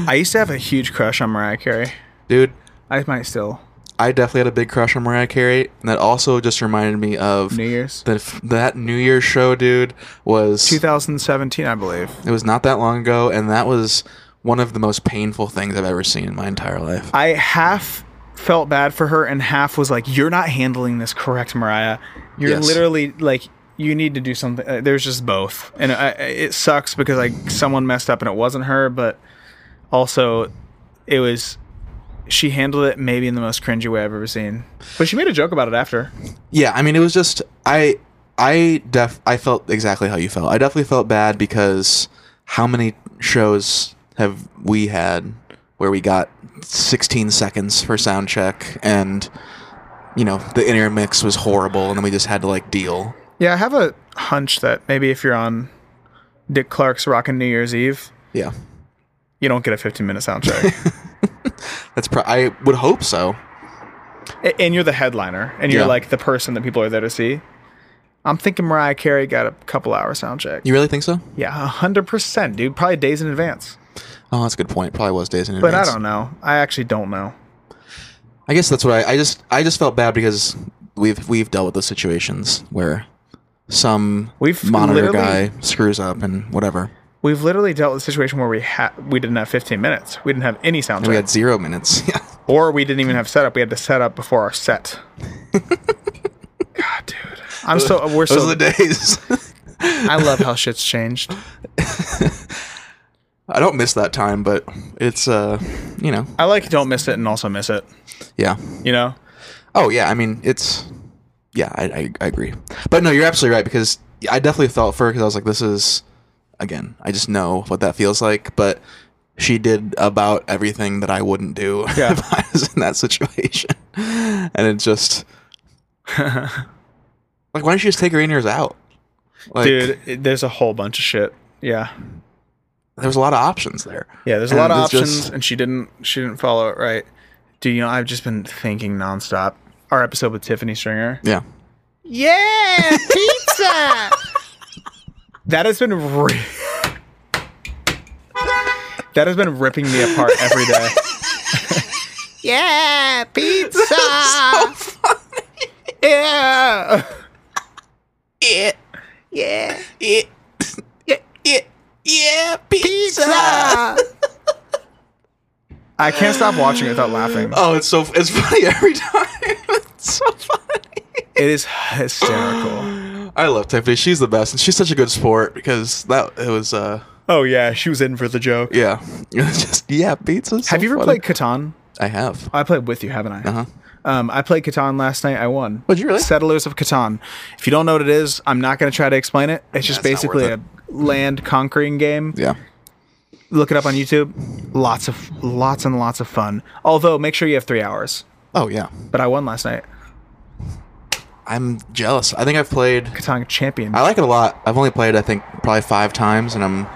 S1: I used to have a huge crush on Mariah Carey.
S2: dude.
S1: I might still
S2: I definitely had a big crush on Mariah Carey, and that also just reminded me of
S1: New Year's
S2: that f- that New Year's show, dude. Was
S1: 2017, I believe.
S2: it was not that long ago, and that was one of the most painful things I've ever seen in my entire life.
S1: I half felt bad for her, and half was like, "You're not handling this correct, Mariah. You're
S2: Yes.
S1: literally like." You need to do something. Uh, There's just both, and I, I- it sucks because like someone messed up and it wasn't her, but also it was. She handled it maybe in the most cringy way I've ever seen, but she made a joke about it after.
S2: Yeah, I mean, it was just I I def I felt exactly how you felt. I definitely felt bad because how many shows have we had where we got 16 seconds for sound check, and you know the intermix was horrible, and then we just had to like deal.
S1: Yeah, I have a hunch that maybe if you're on Dick Clark's Rockin' New Year's Eve,
S2: Yeah,
S1: you don't get a 15 minute sound check.
S2: that's. Pro- I would hope so.
S1: A- and you're the headliner, and you're
S2: Yeah.
S1: like the person that people are there to see. I'm thinking Mariah Carey got a couple hour sound check.
S2: You really think so?
S1: Yeah, 100%, dude. Probably days in advance.
S2: Oh, that's a good point. Probably was days in
S1: But
S2: advance.
S1: I don't know. I actually don't know.
S2: I guess that's what I, I just I just felt bad because we've we've dealt with those situations where some
S1: We've
S2: monitor
S1: literally-
S2: guy screws up and whatever.
S1: We've literally dealt with a situation where we ha- we didn't have 15 minutes. We didn't have any sound
S2: And we had
S1: checks.
S2: zero minutes. Yeah.
S1: or we didn't even have setup. We had to set up before our set. God, dude. I'm so we're
S2: Those
S1: so
S2: are the days.
S1: I love how shit's changed.
S2: I don't miss that time, but it's uh you know,
S1: I like don't miss it and also miss it.
S2: yeah.
S1: You know?
S2: Oh yeah, I mean it's yeah, I, I, I agree. But no, you're absolutely right because I definitely felt for her because I was like, this is again, I just know what that feels like. But she did about everything that I wouldn't do
S1: Yeah.
S2: if I was in that situation, and it just like why don't you just take her ears out, like,
S1: Dude, it- there's a whole bunch of shit. Yeah.
S2: There was a lot of options there.
S1: Yeah, there's a
S2: And
S1: lot of
S2: it's just-
S1: options and she didn't she didn't follow it right. Dude, you know, I've just been thinking nonstop. Our episode with Tiffany Stringer.
S2: yeah,
S1: Yeah, pizza. that has been ri- that has been ripping me apart every day. yeah, pizza. Yeah.
S2: yeah, yeah, yeah, yeah, yeah, pizza.
S1: I can't stop watching it without laughing.
S2: Oh, it's so it's funny every time. it's so funny.
S1: It is hysterical.
S2: I love Tiffany. She's the best, and she's such a good sport because that it was uh
S1: Oh yeah, she was in for the joke.
S2: yeah it was just yeah pizza.
S1: Have you ever played Catan?
S2: I have.
S1: I played with you, haven't I?
S2: Uh-huh.
S1: Um, I played Catan last night. I won.
S2: Would you really?
S1: Settlers of Catan. If you don't know what it is, I'm not going to try to explain it. It's just
S2: it's not
S1: basically
S2: worth
S1: a land conquering game.
S2: Yeah.
S1: Look it up on YouTube. Lots of lots and lots of fun. Although, make sure you have three hours.
S2: Oh yeah.
S1: But I won last night.
S2: I'm jealous. I think I've played.
S1: Catan champion.
S2: I like it a lot. I've only played I think probably five times, and I'm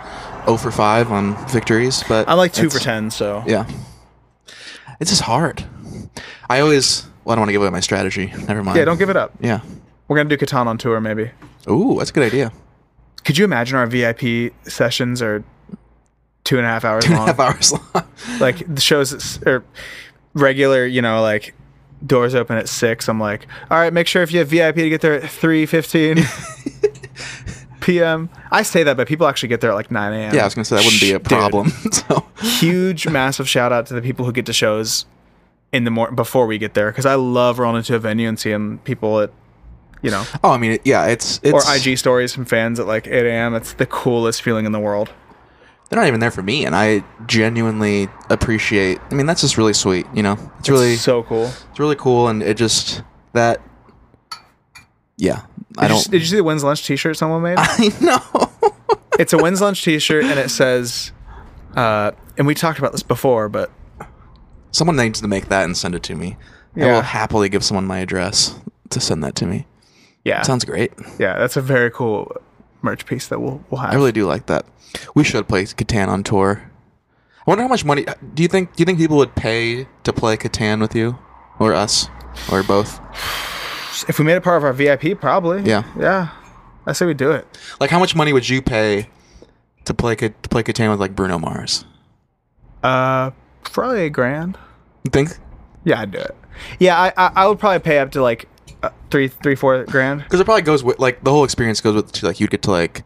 S2: 0 for five on victories. But
S1: I'm like two
S2: it's-
S1: for ten. So
S2: Yeah. It's just hard. I always. Well, I don't want to give away my strategy. Never mind.
S1: yeah, don't give it up.
S2: Yeah.
S1: We're gonna do Catan on tour, maybe.
S2: Ooh, that's a good idea.
S1: Could you imagine our VIP sessions are two and a half hours long?
S2: Half hours long.
S1: like the shows s- or regular you know like doors open at six i'm like all right make sure if you have vip to get there at 3.15 p.m i say that but people actually get there at like 9 a.m
S2: Yeah, I was gonna say that wouldn't be a
S1: Dude.
S2: problem. so
S1: huge massive shout out to the people who get to shows in the morning before we get there because i love rolling into a venue and seeing people at you know
S2: Oh, I mean, it- yeah, it's it's
S1: or ig stories from fans at like 8 a.m it's the coolest feeling in the world
S2: They're not even there for me, and I genuinely appreciate. I mean, that's just really sweet. You know, it's, really
S1: so cool
S2: it's really cool, and it just that. Yeah, I
S1: did you,
S2: don't.
S1: did you see the wins lunch t-shirt someone made
S2: I know.
S1: it's a wins lunch t-shirt and it says uh, and we talked about this before but
S2: Someone needs to make that and send it to me. I
S1: Yeah.
S2: will happily give someone my address to send that to me.
S1: yeah
S2: Sounds great.
S1: yeah that's a very cool merch piece that we'll, we'll have
S2: I really do like that. We should play Catan on tour. I wonder how much money do you think do you think people would pay to play Catan with you or us or both?
S1: if we made it part of our vip probably
S2: Yeah.
S1: yeah i say we do it
S2: Like how much money would you pay to play Ca- to play Catan with like Bruno Mars?
S1: uh probably a grand
S2: You think?
S1: yeah i'd do it yeah i i, I would probably pay up to like uh, three three four grand
S2: Because it probably goes with like the whole experience goes with like you'd get to like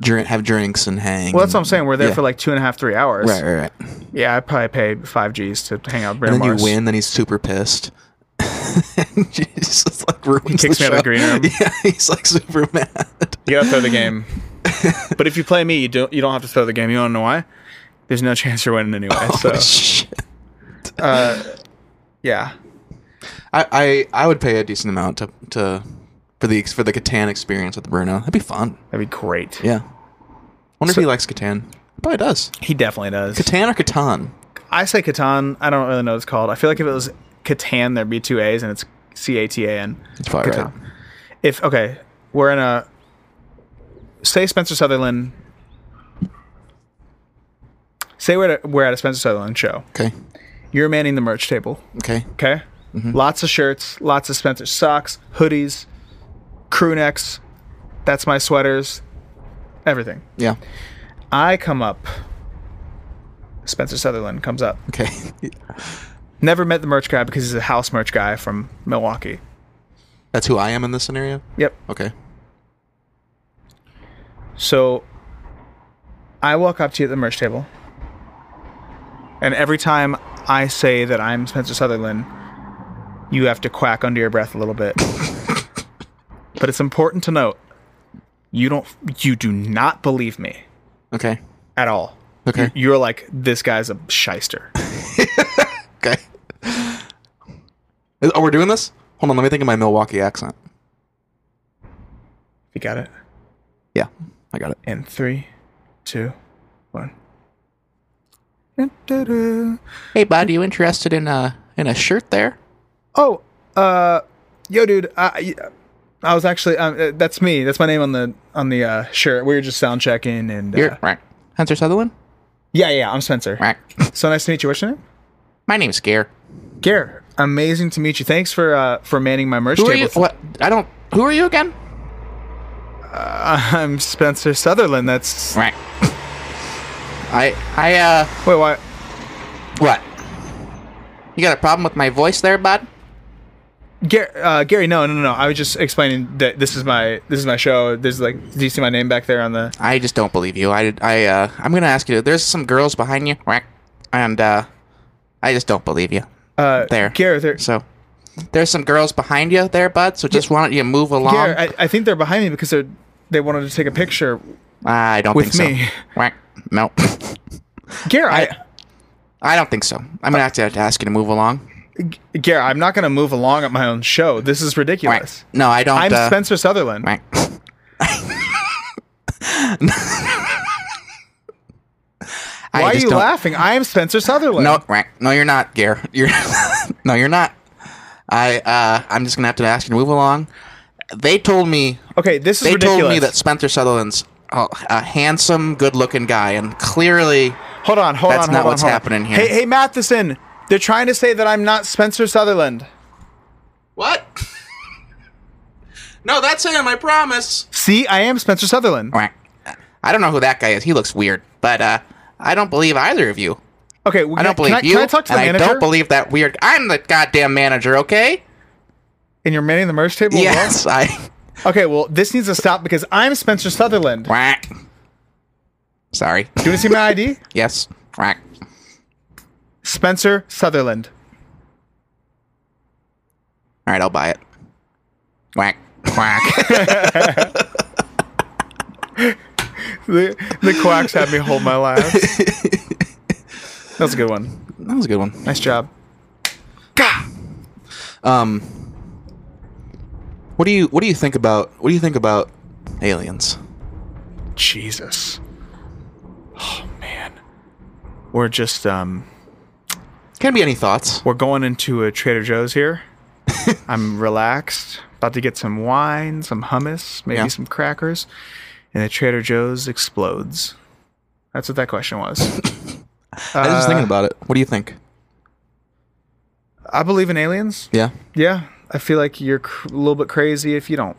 S2: drink, have drinks and hang.
S1: well that's what i'm saying we're there
S2: Yeah.
S1: for like two and a half three hours
S2: Right, right, right.
S1: yeah i'd probably pay five g's to hang out with Bruno
S2: And then
S1: Mars.
S2: you win, then he's super pissed. and he's just like ruins
S1: kicks
S2: the
S1: me out of the
S2: show.
S1: green room.
S2: Yeah, he's like super mad.
S1: You gotta throw the game. but if you play me, you don't you don't have to throw the game. You don't know why? There's no chance you're winning anyway.
S2: Oh,
S1: so
S2: shit.
S1: yeah.
S2: I, I I would pay a decent amount to to for the ex- for the Catan experience with Bruno. That'd be fun.
S1: That'd be great.
S2: Yeah. Wonder if he likes Catan. He probably does.
S1: He definitely does.
S2: Catan or Catan?
S1: I say Catan. I don't really know what it's called. I feel like if it was Catan, there'd be two A's, and it's C A T A N.
S2: It's probably right.
S1: If okay, we're in a say Spencer Sutherland. Say we're at a, we're at a Spencer Sutherland show.
S2: Okay.
S1: You're manning the merch table.
S2: Okay.
S1: Okay. Lots of shirts, lots of Spencer socks, hoodies, crew necks. That's my sweaters. Everything.
S2: Yeah.
S1: I come up. Spencer Sutherland comes up.
S2: Okay.
S1: Never met the merch guy because he's a house merch guy from Milwaukee.
S2: That's who I am in this scenario.
S1: Yep.
S2: Okay.
S1: So I walk up to you at the merch table. And every time I say that I'm Spencer Sutherland, you have to quack under your breath a little bit. but it's important to note you don't you do not believe me
S2: Okay.
S1: at all.
S2: Okay.
S1: You're like this guy's a shyster.
S2: Okay. Oh, we're doing this? Hold on, let me think of my Milwaukee accent.
S1: You got it?
S2: Yeah, I got it.
S1: In three, two, one. Da-da-da.
S2: Hey, bud, you interested in a in a shirt there?
S1: Oh, uh, yo, dude, I, I was actually um, uh, that's me. That's my name on the on the uh, shirt. We were just sound checking, and uh,
S2: You're right, Hunter Sutherland.
S1: yeah, yeah, I'm Spencer.
S2: Right.
S1: So nice to meet you. What's your name?
S2: my name's Gare.
S1: Gare. Amazing to meet you. Thanks for uh, for manning my merch
S2: Who are
S1: table.
S2: you? What? I don't. Who are you again?
S1: I'm Spencer Sutherland. That's
S2: Right. I I uh
S1: wait, why?
S2: what? You got a problem with my voice there, bud?
S1: Gary, uh, Gary, no, no, no, no. I was just explaining that this is my this is my show. There's like, do you see my name back there on the?
S2: I just don't believe you. I I uh I'm gonna ask you. There's some girls behind you, right? And uh, I just don't believe you.
S1: Uh,
S2: There.
S1: Gare, there.
S2: So there's some girls behind you there, bud. So just why don't you move along?
S1: Gare, I, I think they're behind me because they're they wanted to take a picture.
S2: I don't
S1: with
S2: think
S1: me.
S2: so. Right? No,
S1: Gare, I,
S2: I don't think so. I'm gonna have to, have to ask you to move along.
S1: Gare, I'm not going to move along at my own show. This is
S2: Right?
S1: ridiculous.
S2: No, I don't.
S1: I'm
S2: uh,
S1: Spencer Sutherland.
S2: Right. I
S1: Why are
S2: just
S1: you
S2: don't-
S1: laughing? I am Spencer Sutherland.
S2: No, right. No, you're not, Gare. You're no, you're not. I uh, I'm just gonna have to ask you to move along. They told me
S1: Okay, this is
S2: they
S1: ridiculous.
S2: told me that Spencer Sutherland's a, a handsome, good-looking guy, and clearly,
S1: hold on, hold
S2: That's
S1: on, hold
S2: not
S1: on,
S2: what's
S1: hold on.
S2: happening here.
S1: Hey, hey, Matheson, they're trying to say that I'm not Spencer Sutherland.
S2: what? no, that's him. I promise.
S1: See, I am Spencer Sutherland.
S2: Right. I don't know who that guy is. He looks weird, but uh, I don't believe either of you.
S1: Okay, well,
S2: I don't
S1: can
S2: believe
S1: I,
S2: you.
S1: Can I talk to the
S2: and
S1: manager?
S2: I don't believe that weird. I'm the goddamn manager, okay?
S1: and you're manning the merch table. as well?
S2: yes, I.
S1: Okay, well, this needs to stop because I'm Spencer Sutherland. Do
S2: Quack. Sorry.
S1: you want to see my ID?
S2: Yes. Quack.
S1: Spencer Sutherland.
S2: All right, I'll buy it. Quack. Quack.
S1: The, the quacks had me hold my laugh. That's a good one.
S2: that was a good one.
S1: Nice job.
S2: Um, what do you what do you think about what do you think about aliens?
S1: Jesus. Oh man. We're just um
S2: Can be any thoughts?
S1: we're going into a Trader Joe's here. I'm relaxed, about to get some wine, some hummus, maybe
S2: Yeah.
S1: some crackers, and the Trader Joe's explodes. That's what that question was.
S2: I was just
S1: Uh,
S2: thinking about it. What do you think?
S1: I believe in aliens.
S2: Yeah.
S1: Yeah, I feel like you're cr- a little bit crazy if you don't.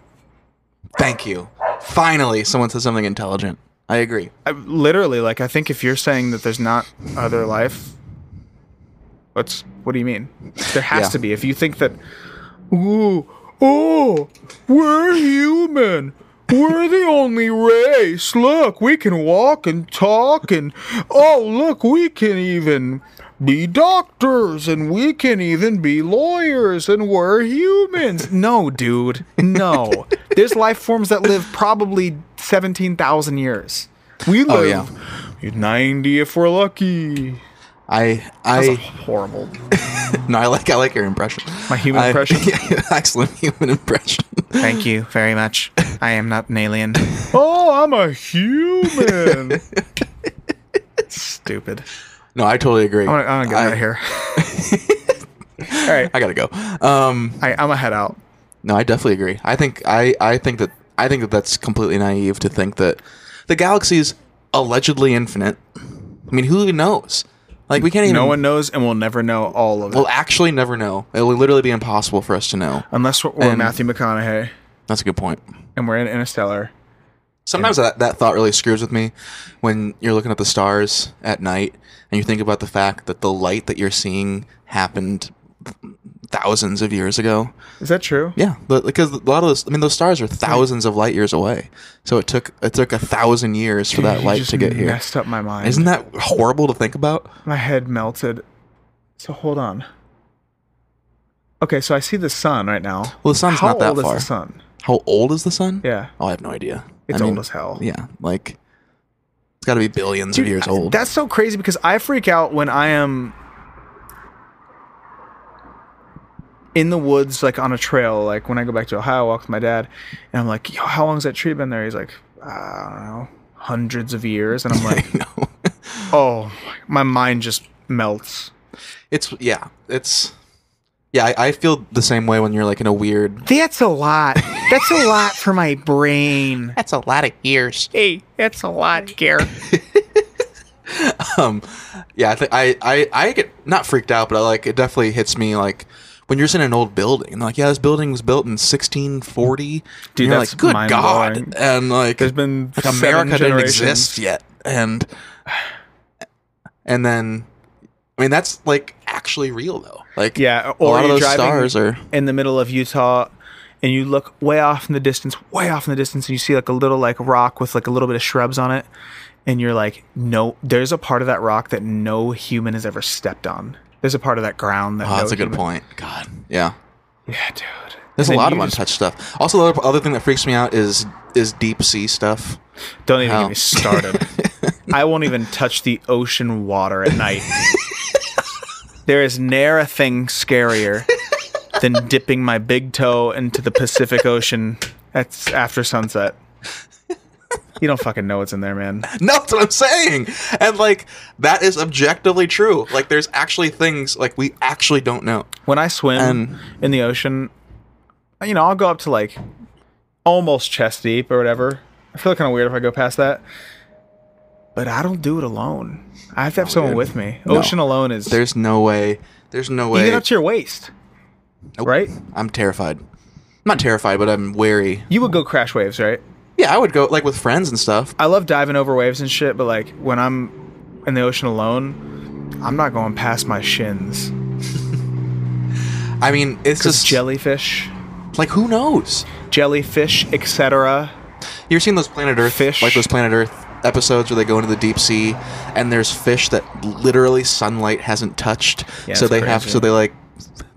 S2: Thank you. Finally, someone says something intelligent. I agree.
S1: I, literally, like I think if you're saying that there's not other life, what's what do you mean? There has
S2: Yeah.
S1: to be. If you think that, ooh, oh, we're human. We're the only race. Look, we can walk and talk, and oh, look, we can even be doctors, and we can even be lawyers, and we're humans. No, dude, no. There's life forms that live probably 17,000 years. We
S2: Oh,
S1: live 90 if we're lucky.
S2: I
S1: That's a
S2: I
S1: horrible.
S2: no, I like I like your impression.
S1: My human
S2: I-
S1: impression?
S2: Yeah, excellent human impression.
S1: Thank you very much. I am not an alien. Oh, I'm a human. Stupid.
S2: No, I totally agree.
S1: I'm gonna, I'm gonna get
S2: I-
S1: out of here. All right,
S2: I gotta go. Um,
S1: I, I'm gonna head out.
S2: no, I definitely agree. I think I, I think that I think that that's completely naive to think that the galaxy is allegedly infinite. I mean, who even knows? Like, we can't even.
S1: No one knows, and we'll never know all of it
S2: We'll actually never know. It will literally be impossible for us to know.
S1: unless we're, we're
S2: and-
S1: Matthew McConaughey
S2: That's a good point.
S1: and we're in Interstellar.
S2: Sometimes that, that thought really screws with me when you're looking at the stars at night and you think about the fact that the light that you're seeing happened thousands of years ago.
S1: Is that true?
S2: Yeah, but- because a lot of those, I mean, those stars are thousands of light years away. So it took it took a thousand years for that
S1: You
S2: light
S1: just
S2: to get here.
S1: Messed up my mind.
S2: Isn't that horrible to think about?
S1: my head melted. So hold on. Okay, so I see the sun right now.
S2: Well, the sun's
S1: How
S2: not that
S1: old
S2: far.
S1: Is the sun?
S2: How old is the sun?
S1: Yeah,
S2: Oh, I have no idea. I
S1: it's
S2: mean,
S1: old as hell.
S2: Yeah, like it's got to be billions of years
S1: I-
S2: old.
S1: That's so crazy because I freak out when I am in the woods, like on a trail, like when I go back to Ohio, I walk with my dad, and I'm like, "Yo, how long has that tree been there?" He's like, "I don't know, hundreds of years," and I'm like,
S2: no,
S1: "Oh, my mind just melts."
S2: it's yeah, it's yeah. I, I feel the same way when you're like in a weird.
S1: That's a lot. That's a lot for my brain.
S2: That's a lot of years.
S1: Hey, that's a lot, Garrett.
S2: um yeah I, th- I i i get not freaked out but i like it definitely hits me like when you're just in an old building and like yeah this building was built in 1640
S1: Dude,
S2: and you're
S1: that's
S2: like good
S1: mind-blowing.
S2: god and like
S1: There's been
S2: like
S1: seven
S2: america didn't
S1: generations.
S2: exist yet and and then i mean that's like actually real though like
S1: Yeah,
S2: a
S1: or
S2: lot of
S1: you're
S2: those
S1: driving-
S2: stars are oh,
S1: in the middle of Utah and you look way off in the distance, way off in the distance, and you see like a little like rock with like a little bit of shrubs on it, and you're like, no, there's a part of that rock that no human has ever stepped on. There's a part of that ground that.
S2: oh, that's
S1: no
S2: a good
S1: human-
S2: point god yeah
S1: Yeah, dude.
S2: there's a
S1: And then
S2: lot
S1: you
S2: of
S1: just-
S2: untouched stuff also the other, other thing that freaks me out is is deep sea stuff
S1: Don't even
S2: Hell.
S1: get me started. I won't even touch the ocean water at night. there is ne'er a thing scarier than dipping my big toe into the Pacific Ocean at after sunset. You don't fucking know what's in there, man.
S2: No, that's what I'm saying. And like that is objectively true. Like there's actually things like we actually don't know.
S1: When I swim
S2: And-
S1: in the ocean, you know, I'll go up to like almost chest deep or whatever. I feel kind of weird if I go past that. But I don't do it alone. I have to have someone
S2: dude.
S1: with me.
S2: No.
S1: Ocean alone is
S2: There's no way. There's no way.
S1: You get up to your waist,
S2: Nope.
S1: right?
S2: I'm terrified. I'm not terrified, but I'm wary.
S1: You would go crash waves, right?
S2: Yeah, I would go like with friends and stuff.
S1: I love diving over waves and shit, but like when I'm in the ocean alone, I'm not going past my shins.
S2: I mean, it's
S1: Because
S2: just
S1: jellyfish,
S2: like who knows?
S1: jellyfish, etc.
S2: You ever seen those Planet Earth
S1: Fish.
S2: Like those Planet Earth episodes where they go into the deep sea and there's fish that literally sunlight hasn't touched.
S1: Yeah,
S2: so
S1: it's
S2: they have
S1: crazy.
S2: so they like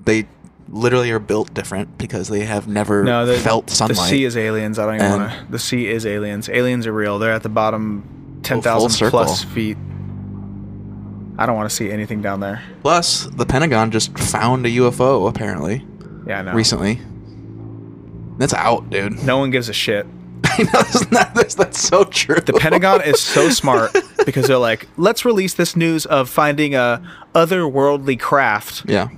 S2: they literally are built different because they have never
S1: No, the,
S2: felt sunlight.
S1: The sea is aliens. I don't even
S2: And-
S1: want to. The sea is aliens. Aliens are real. They're at the bottom, ten
S2: Oh, full
S1: thousand
S2: circle.
S1: plus feet. I don't want to see anything down there.
S2: Plus, the Pentagon just found a UFO apparently
S1: Yeah, I know.
S2: recently. That's out, dude.
S1: No one gives a shit.
S2: I know that's, not, that's, that's so true.
S1: The Pentagon is so smart because they're like, let's release this news of finding a otherworldly craft
S2: yeah,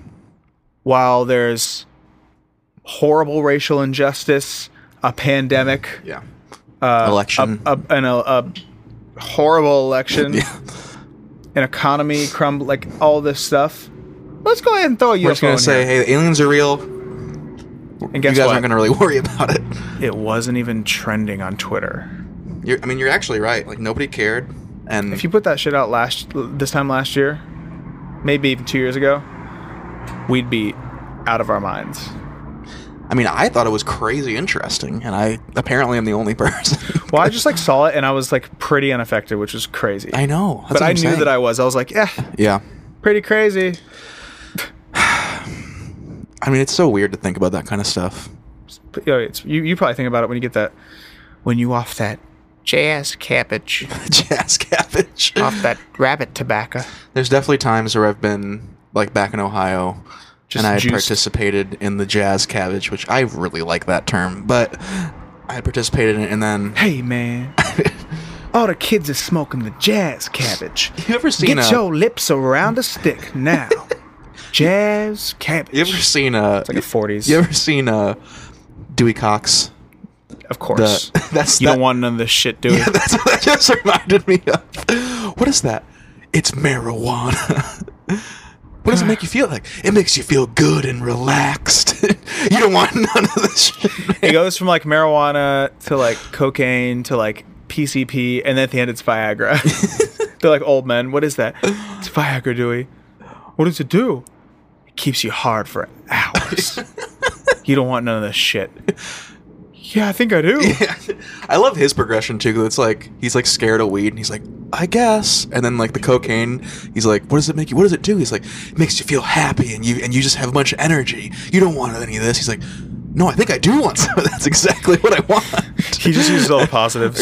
S1: while there's horrible racial injustice, a pandemic,
S2: yeah. Uh, Election.
S1: a, and a, a horrible election,
S2: Yeah.
S1: an economy crumble, like all this stuff. Let's go ahead and throw a UFO
S2: We're just gonna
S1: in
S2: say,
S1: here.
S2: hey, the aliens are real.
S1: and guess
S2: you guys
S1: what?
S2: aren't gonna really worry about it.
S1: It wasn't even trending on Twitter.
S2: You're, I mean, you're actually right. Like nobody cared, and
S1: If you put that shit out last this time last year, maybe even two years ago, we'd be out of our minds.
S2: I mean, I thought it was crazy interesting, and I apparently am the only person.
S1: Well, I just like saw it and I was like pretty unaffected, which was crazy.
S2: I know, that's
S1: but
S2: what
S1: I
S2: I'm
S1: knew
S2: saying.
S1: that I was. I was like, yeah,
S2: Yeah,
S1: pretty crazy.
S2: I mean, it's so weird to think about that kind of stuff.
S1: But, you, know, it's, you you probably think about it when you get that when you off that jazz cabbage
S2: Jazz cabbage.
S1: off that rabbit tobacco.
S2: There's definitely times where I've been like back in Ohio
S1: Just
S2: and I had
S1: juiced.
S2: participated in the jazz cabbage, which I really like that term, but I had participated in it and then
S1: Hey man, All the kids are smoking the jazz cabbage.
S2: You ever seen uh,
S1: Get
S2: a-
S1: your lips around a stick now. jazz cabbage.
S2: You ever seen a?
S1: It's like a 40s.
S2: You ever seen a Dewey Cox?
S1: of
S2: The
S1: course.
S2: that's
S1: you
S2: that,
S1: don't want none of this shit, do you?
S2: Yeah, that's what that just reminded me of. What is that? It's marijuana. what does it make you feel like? It makes you feel good and relaxed. you don't want none of this shit.
S1: it goes from like marijuana to like cocaine to like PCP, and then at the end it's Viagra. They're like old men. What is that? It's Viagra, Dewey. What does it do? It keeps you hard for hours. you don't want none of this shit. Yeah, I think I do.
S2: man. I love his progression too. 'cause It's like he's like scared of weed, and he's like, "I guess." And then like the cocaine, he's like, "What does it make you? What does it do?" He's like, "It makes you feel happy, and you and you just have a bunch of energy. You don't want any of this." He's like, "No, I think I do want some. of that. That's exactly what I want."
S1: He just uses all the positives.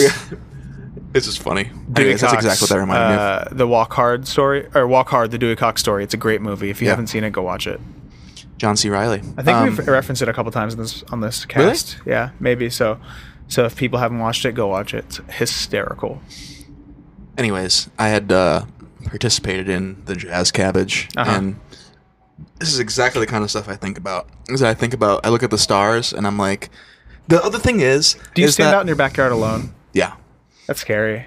S2: It's just funny.
S1: Dewey
S2: Anyways, that's
S1: Cox,
S2: exactly what that reminded me of.
S1: uh, The Walk Hard story, or Walk Hard, the Dewey Cox story. It's a great movie. If you
S2: Yeah.
S1: haven't seen it, go watch it.
S2: John C. Um, Riley.
S1: I think we've referenced it a couple times in this on this cast. Yeah, maybe so. So if people haven't watched it, go watch it. It's hysterical.
S2: Anyways, I had uh, participated in the Jazz Cabbage,
S1: Uh-huh.
S2: and this is exactly the kind of stuff I think about. Is I think about, I look at the stars, and I'm like, the other thing is,
S1: Do you
S2: is
S1: stand
S2: that-
S1: out in your backyard alone?
S2: Yeah,
S1: That's scary.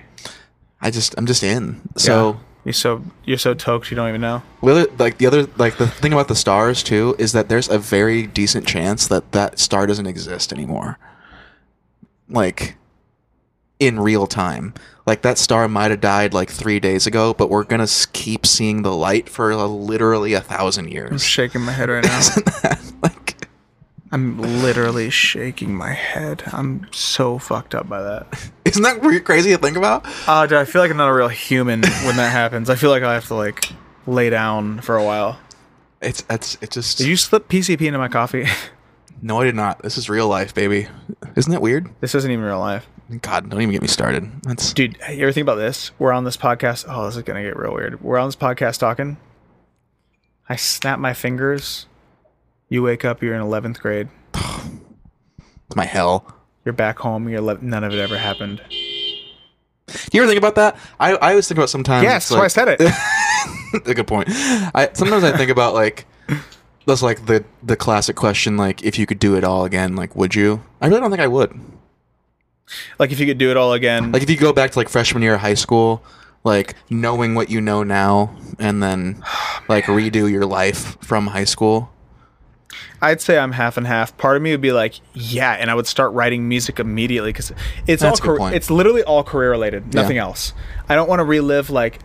S2: I just, I'm just in. So.
S1: Yeah. you're so you're so toked you don't even know.
S2: Well, it- like the other, like the thing about the stars too is that there's a very decent chance that that star doesn't exist anymore. Like, in real time, like that star might have died like three days ago, but we're gonna s- keep seeing the light for uh, literally a thousand
S1: I'm
S2: years.
S1: shaking my head right now.
S2: like,
S1: I'm literally shaking my head. I'm so fucked up by that.
S2: isn't that weird, crazy to think about?
S1: Oh, dude, I feel like I'm not a real human when that happens. I feel like I have to like lay down for a while.
S2: It's, it's, it just.
S1: Did you slip PCP into my coffee?
S2: no, I did not. This is real life, baby. Isn't that weird?
S1: this isn't even real life.
S2: God, don't even get me started. That's
S1: dude you ever think about this we're on this podcast oh this is gonna get real weird we're on this podcast talking i snap my fingers you wake up you're in 11th grade
S2: my hell.
S1: you're back home you're 11, none of it ever happened
S2: You ever think about that? I, I always think about sometimes.
S1: yes that's
S2: like-
S1: why i said it
S2: a good point. I sometimes I think about like that's like the the classic question like if you could do it all again like would you? I really don't think I would.
S1: like if you could do it all again
S2: Like if you go back to like freshman year of high school, like knowing what you know now and then like redo your life from high school.
S1: i'd say i'm half and half part of me would be like yeah and i would start writing music immediately because it's
S2: That's a good
S1: all car-
S2: point.
S1: it's literally all career related nothing else i don't want to relive like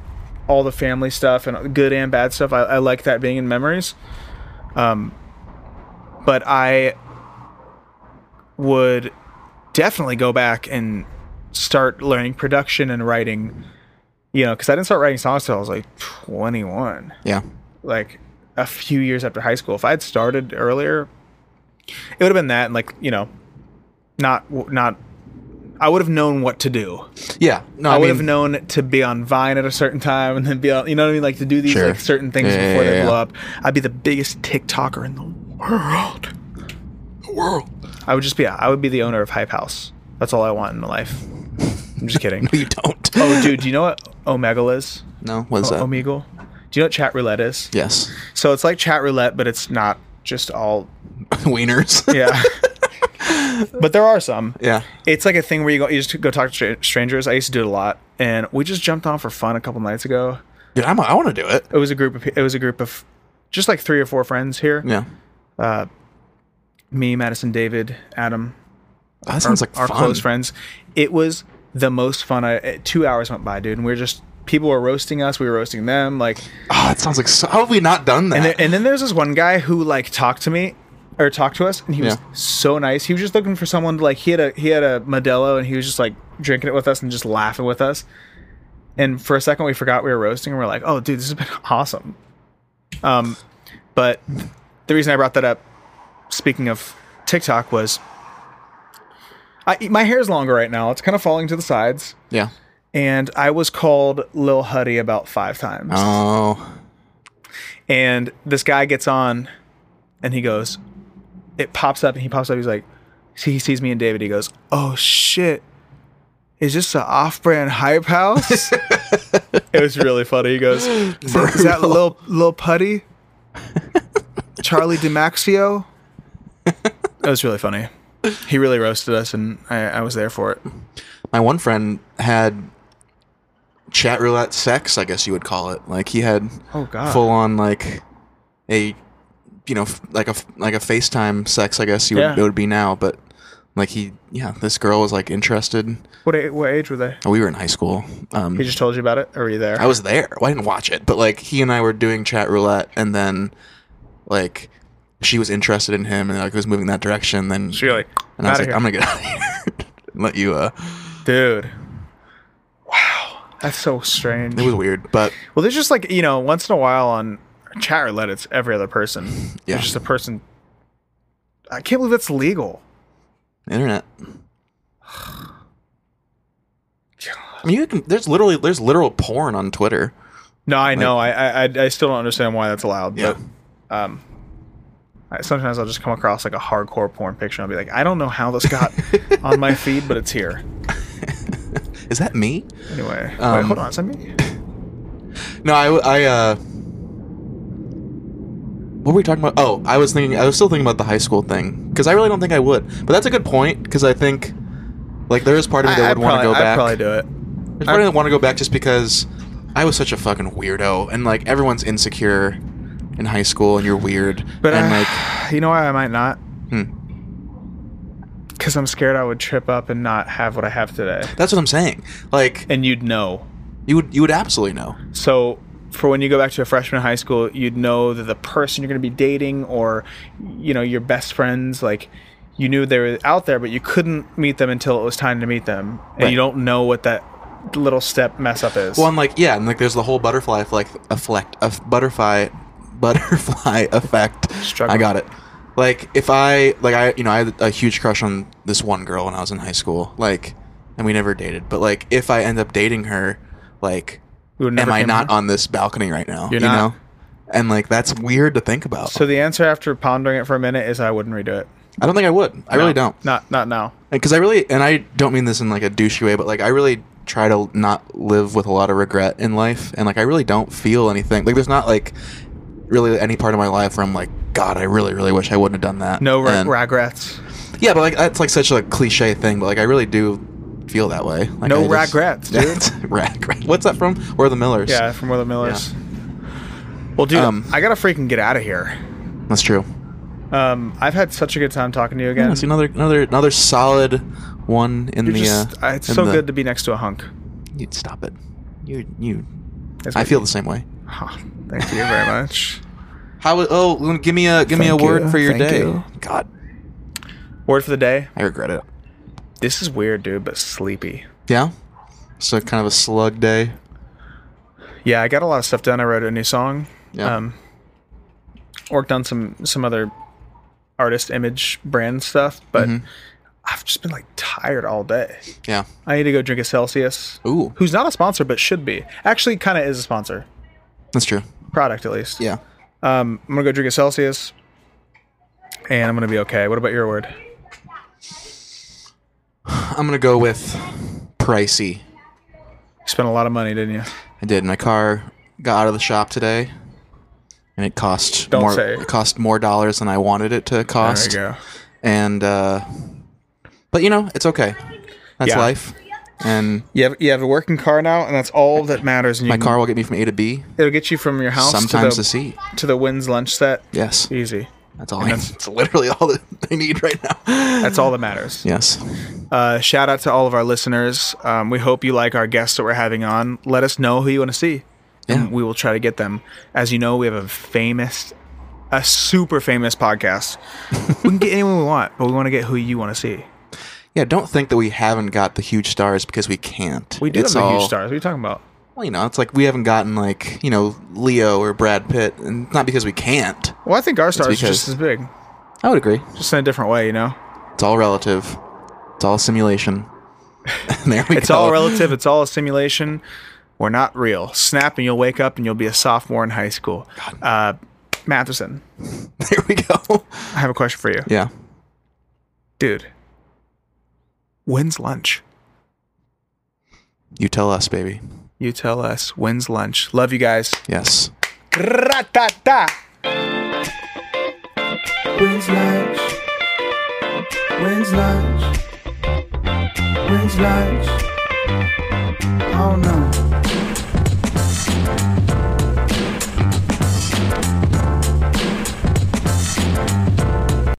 S1: all the family stuff and good and bad stuff i, I like that being in memories Um, but I would definitely go back and start learning production and writing. You know, because I didn't start writing songs till I was like 21,
S2: Yeah.
S1: like a few years after high school. If I had started earlier, it would have been that, and like you know, not not. I would have known what to do.
S2: Yeah. No,
S1: I,
S2: I,
S1: would
S2: mean,
S1: have known to be on Vine at a certain time and then be on, you know what I mean? Like to do these
S2: Sure.
S1: like certain things
S2: Yeah, yeah,
S1: before they
S2: yeah,
S1: blow
S2: yeah.
S1: up. I'd be the biggest TikToker in the world.
S2: the world.
S1: I would just be I would be the owner of Hype House. That's all I want in my life. I'm just kidding.
S2: You don't.
S1: oh, dude, do you know what Omegle is?
S2: No, what is that?
S1: Omegle. Do you know what chat roulette is?
S2: yes.
S1: So it's like chat roulette, but it's not just all.
S2: Wieners.
S1: Yeah. but there are some.
S2: yeah.
S1: It's like a thing where you go, you just go talk to stra- strangers. I used to do it a lot, and we just jumped on for fun a couple nights ago.
S2: Dude, I'm, I want to do it.
S1: It was a group of pe- it was a group of just like three or four friends here.
S2: Yeah.
S1: Me, Madison, David, Adam,
S2: That sounds like
S1: our
S2: fun.
S1: close friends. It was the most fun. I, eh, two hours went by, dude, and we were just people were roasting us. We were roasting them. Like,
S2: Oh, that sounds like so. How have we not done that?
S1: and, there, and then there's this one guy who like talked to me or talked to us, and he was
S2: Yeah.
S1: so nice. He was just looking for someone to like. He had a he had a Modelo, and he was just like drinking it with us and just laughing with us. And for a second, we forgot we were roasting, and we're like, "Oh, dude, this has been awesome." Um, but the reason I brought that up, speaking of TikTok, was I my hair is longer right now. It's kind of falling to the sides,
S2: yeah.
S1: and I was called Lil Huddy about five times.
S2: Oh.
S1: And this guy gets on and he goes, it pops up and he pops up. He's like, see, he sees me and David. He goes, oh shit. is this an off-brand hype house? it was really funny. He goes, is that, is that Lil, Lil Putty? Charlie DiMaxio? That was really funny. He really roasted us, and I, I was there for it.
S2: my one friend had chat roulette sex, I guess you would call it. Like he had
S1: Oh, God.
S2: full on like a you know f- like a f- like a FaceTime sex, I guess you
S1: Yeah.
S2: would, it would be now, but like he yeah, this girl was like interested. Oh,
S1: What, a- what age were they?
S2: We were in high school. Um,
S1: He just told you about it, or were you there?
S2: I was there. Well, I didn't watch it, but like he and I were doing chat roulette, and then like she was interested in him, and like was moving that direction. Then
S1: She really,
S2: and I was like,
S1: "Outta here."
S2: I'm gonna get out of here. and let you. uh
S1: Dude. Wow. That's so strange.
S2: It was weird, but
S1: well, there's just like, you know, once in a while on chat roulette, it's every other person.
S2: Yeah.
S1: There's just a person. I can't believe that's legal.
S2: internet. I mean, you can, there's literally there's literal porn on Twitter.
S1: No, I know. I, I, I- I still don't understand why that's allowed.
S2: Yeah.
S1: But, um, I, sometimes I'll just come across like a hardcore porn picture and I'll be like, I don't know how this got on my feed, but it's here.
S2: Is that me?
S1: Anyway, wait,
S2: Um,
S1: hold on. Is that me?
S2: No, I, I, uh, what were we talking about? Oh, I was thinking, I was still thinking about the high school thing because I really don't think I would. But that's a good point because I think, like, there is part of me that
S1: I,
S2: would want to
S1: probably,
S2: go
S1: I'd
S2: back.
S1: probably do it.
S2: There's part of me that want to go back just because I was such a fucking weirdo and like everyone's insecure in high school and you're weird.
S1: But
S2: and
S1: I-
S2: like,
S1: You know why I might not?
S2: Hmm.
S1: Because I'm scared I would trip up and not have what I have today.
S2: that's what I'm saying. Like,
S1: And you'd know.
S2: you would, you would absolutely know.
S1: So for when you go back to a freshman in high school, you'd know that the person you're going to be dating or you know your best friends like you knew they were out there but you couldn't meet them until it was time to meet them and
S2: Right.
S1: you don't know what that little step mess up is.
S2: Well, and like yeah, and like there's the whole butterfly effect, effect of butterfly, butterfly effect.
S1: Struggle.
S2: I got it. Like if I like I you know I had a huge crush on this one girl when I was in high school. Like, and we never dated. But like if I end up dating her, like
S1: We would
S2: am
S1: never
S2: I
S1: came
S2: not
S1: home.
S2: on this balcony right now?
S1: You're
S2: you
S1: not.
S2: know. And like that's weird to think about.
S1: So the answer after pondering it for a minute is I wouldn't redo it.
S2: I don't think I would. I really don't.
S1: Not not now.
S2: because I really and I don't mean this in like a douchey way, but like I really try to not live with a lot of regret in life, and like I really don't feel anything. Like there's not like really any part of my life where I'm like, God, I really, really wish I wouldn't have done that.
S1: No re-
S2: And-
S1: regrets.
S2: Yeah, but like that's like such a cliche thing, but like I really do feel that way. Like,
S1: No
S2: I just-
S1: regrets, dude.
S2: regret. What's that from? Or the Millers?
S1: Yeah, from Will the Millers. Well, dude,
S2: Um,
S1: I gotta freaking get out of here.
S2: that's true.
S1: Um, I've had such a good time talking to you again.
S2: Yeah, see another another another solid one in
S1: You're
S2: the.
S1: just,
S2: uh,
S1: I- it's so good to
S2: To-
S1: be next to a hunk.
S2: you stop it. You you.
S1: That's
S2: I
S1: what-
S2: feel the same way.
S1: Huh, thank you very much.
S2: How? Oh, give me a give me a
S1: Thank
S2: word
S1: you,
S2: for your
S1: thank
S2: day.
S1: you.
S2: God,
S1: Word for the day.
S2: I regret it.
S1: This is weird, dude, but sleepy.
S2: Yeah. So kind of a slug day.
S1: Yeah, I got a lot of stuff done. I wrote a new song.
S2: Yeah.
S1: Um, worked on some some other artist image brand stuff, but
S2: Mm-hmm.
S1: I've just been like tired all day.
S2: Yeah.
S1: I need to go drink a Celsius.
S2: Ooh,
S1: Who's not a sponsor but should be. Actually, kind of is a sponsor.
S2: that's true.
S1: Product at least.
S2: Yeah.
S1: Um, I'm gonna go drink a Celsius, and I'm gonna be okay. What about your word?
S2: I'm gonna go with pricey.
S1: You spent a lot of money, didn't you?
S2: I did. My car got out of the shop today, and it cost
S1: Don't
S2: more.
S1: say.
S2: It cost more dollars than I wanted it to
S1: There you
S2: cost.
S1: go.
S2: And uh, but you know it's okay. That's
S1: Yeah.
S2: life. And
S1: You have you have a working car now, and that's all that matters. And you
S2: my
S1: can-
S2: car will get me from A to B,
S1: it'll get you from your house
S2: sometimes to
S1: to the
S2: C.
S1: to the Wynn's lunch set.
S2: Yes,
S1: Easy.
S2: that's all. I, that's literally all that I need right now.
S1: That's all that matters.
S2: Yes.
S1: Uh, shout out to all of our listeners. Um, we hope you like our guests that we're having on. Let us know who you want to see,
S2: Yeah.
S1: and we will try to get them. As you know, we have a famous, a super famous podcast. we can get anyone we want, but we want to get who you want to see.
S2: Yeah, don't think that we haven't got the huge stars because we can't.
S1: We do
S2: it's
S1: have the huge
S2: all-
S1: stars. What are you talking about?
S2: Well, you know, it's like we haven't gotten like you know Leo or Brad Pitt, and not because we can't.
S1: Well, I think our stars are
S2: because-
S1: just as big,
S2: I would agree.
S1: just in a different way. You know,
S2: It's all relative. It's all simulation. there we
S1: it's
S2: go.
S1: all relative. It's all a simulation. We're not real. Snap, and you'll wake up, and you'll be a sophomore in high school. Uh, Matheson,
S2: There we go.
S1: I have a question for you.
S2: Yeah.
S1: Dude, when's lunch?
S2: You tell us, baby.
S1: You tell us. When's lunch? Love you guys.
S2: Yes.
S1: Ra-ta-ta. When's lunch? When's lunch? When's lunch? Oh no.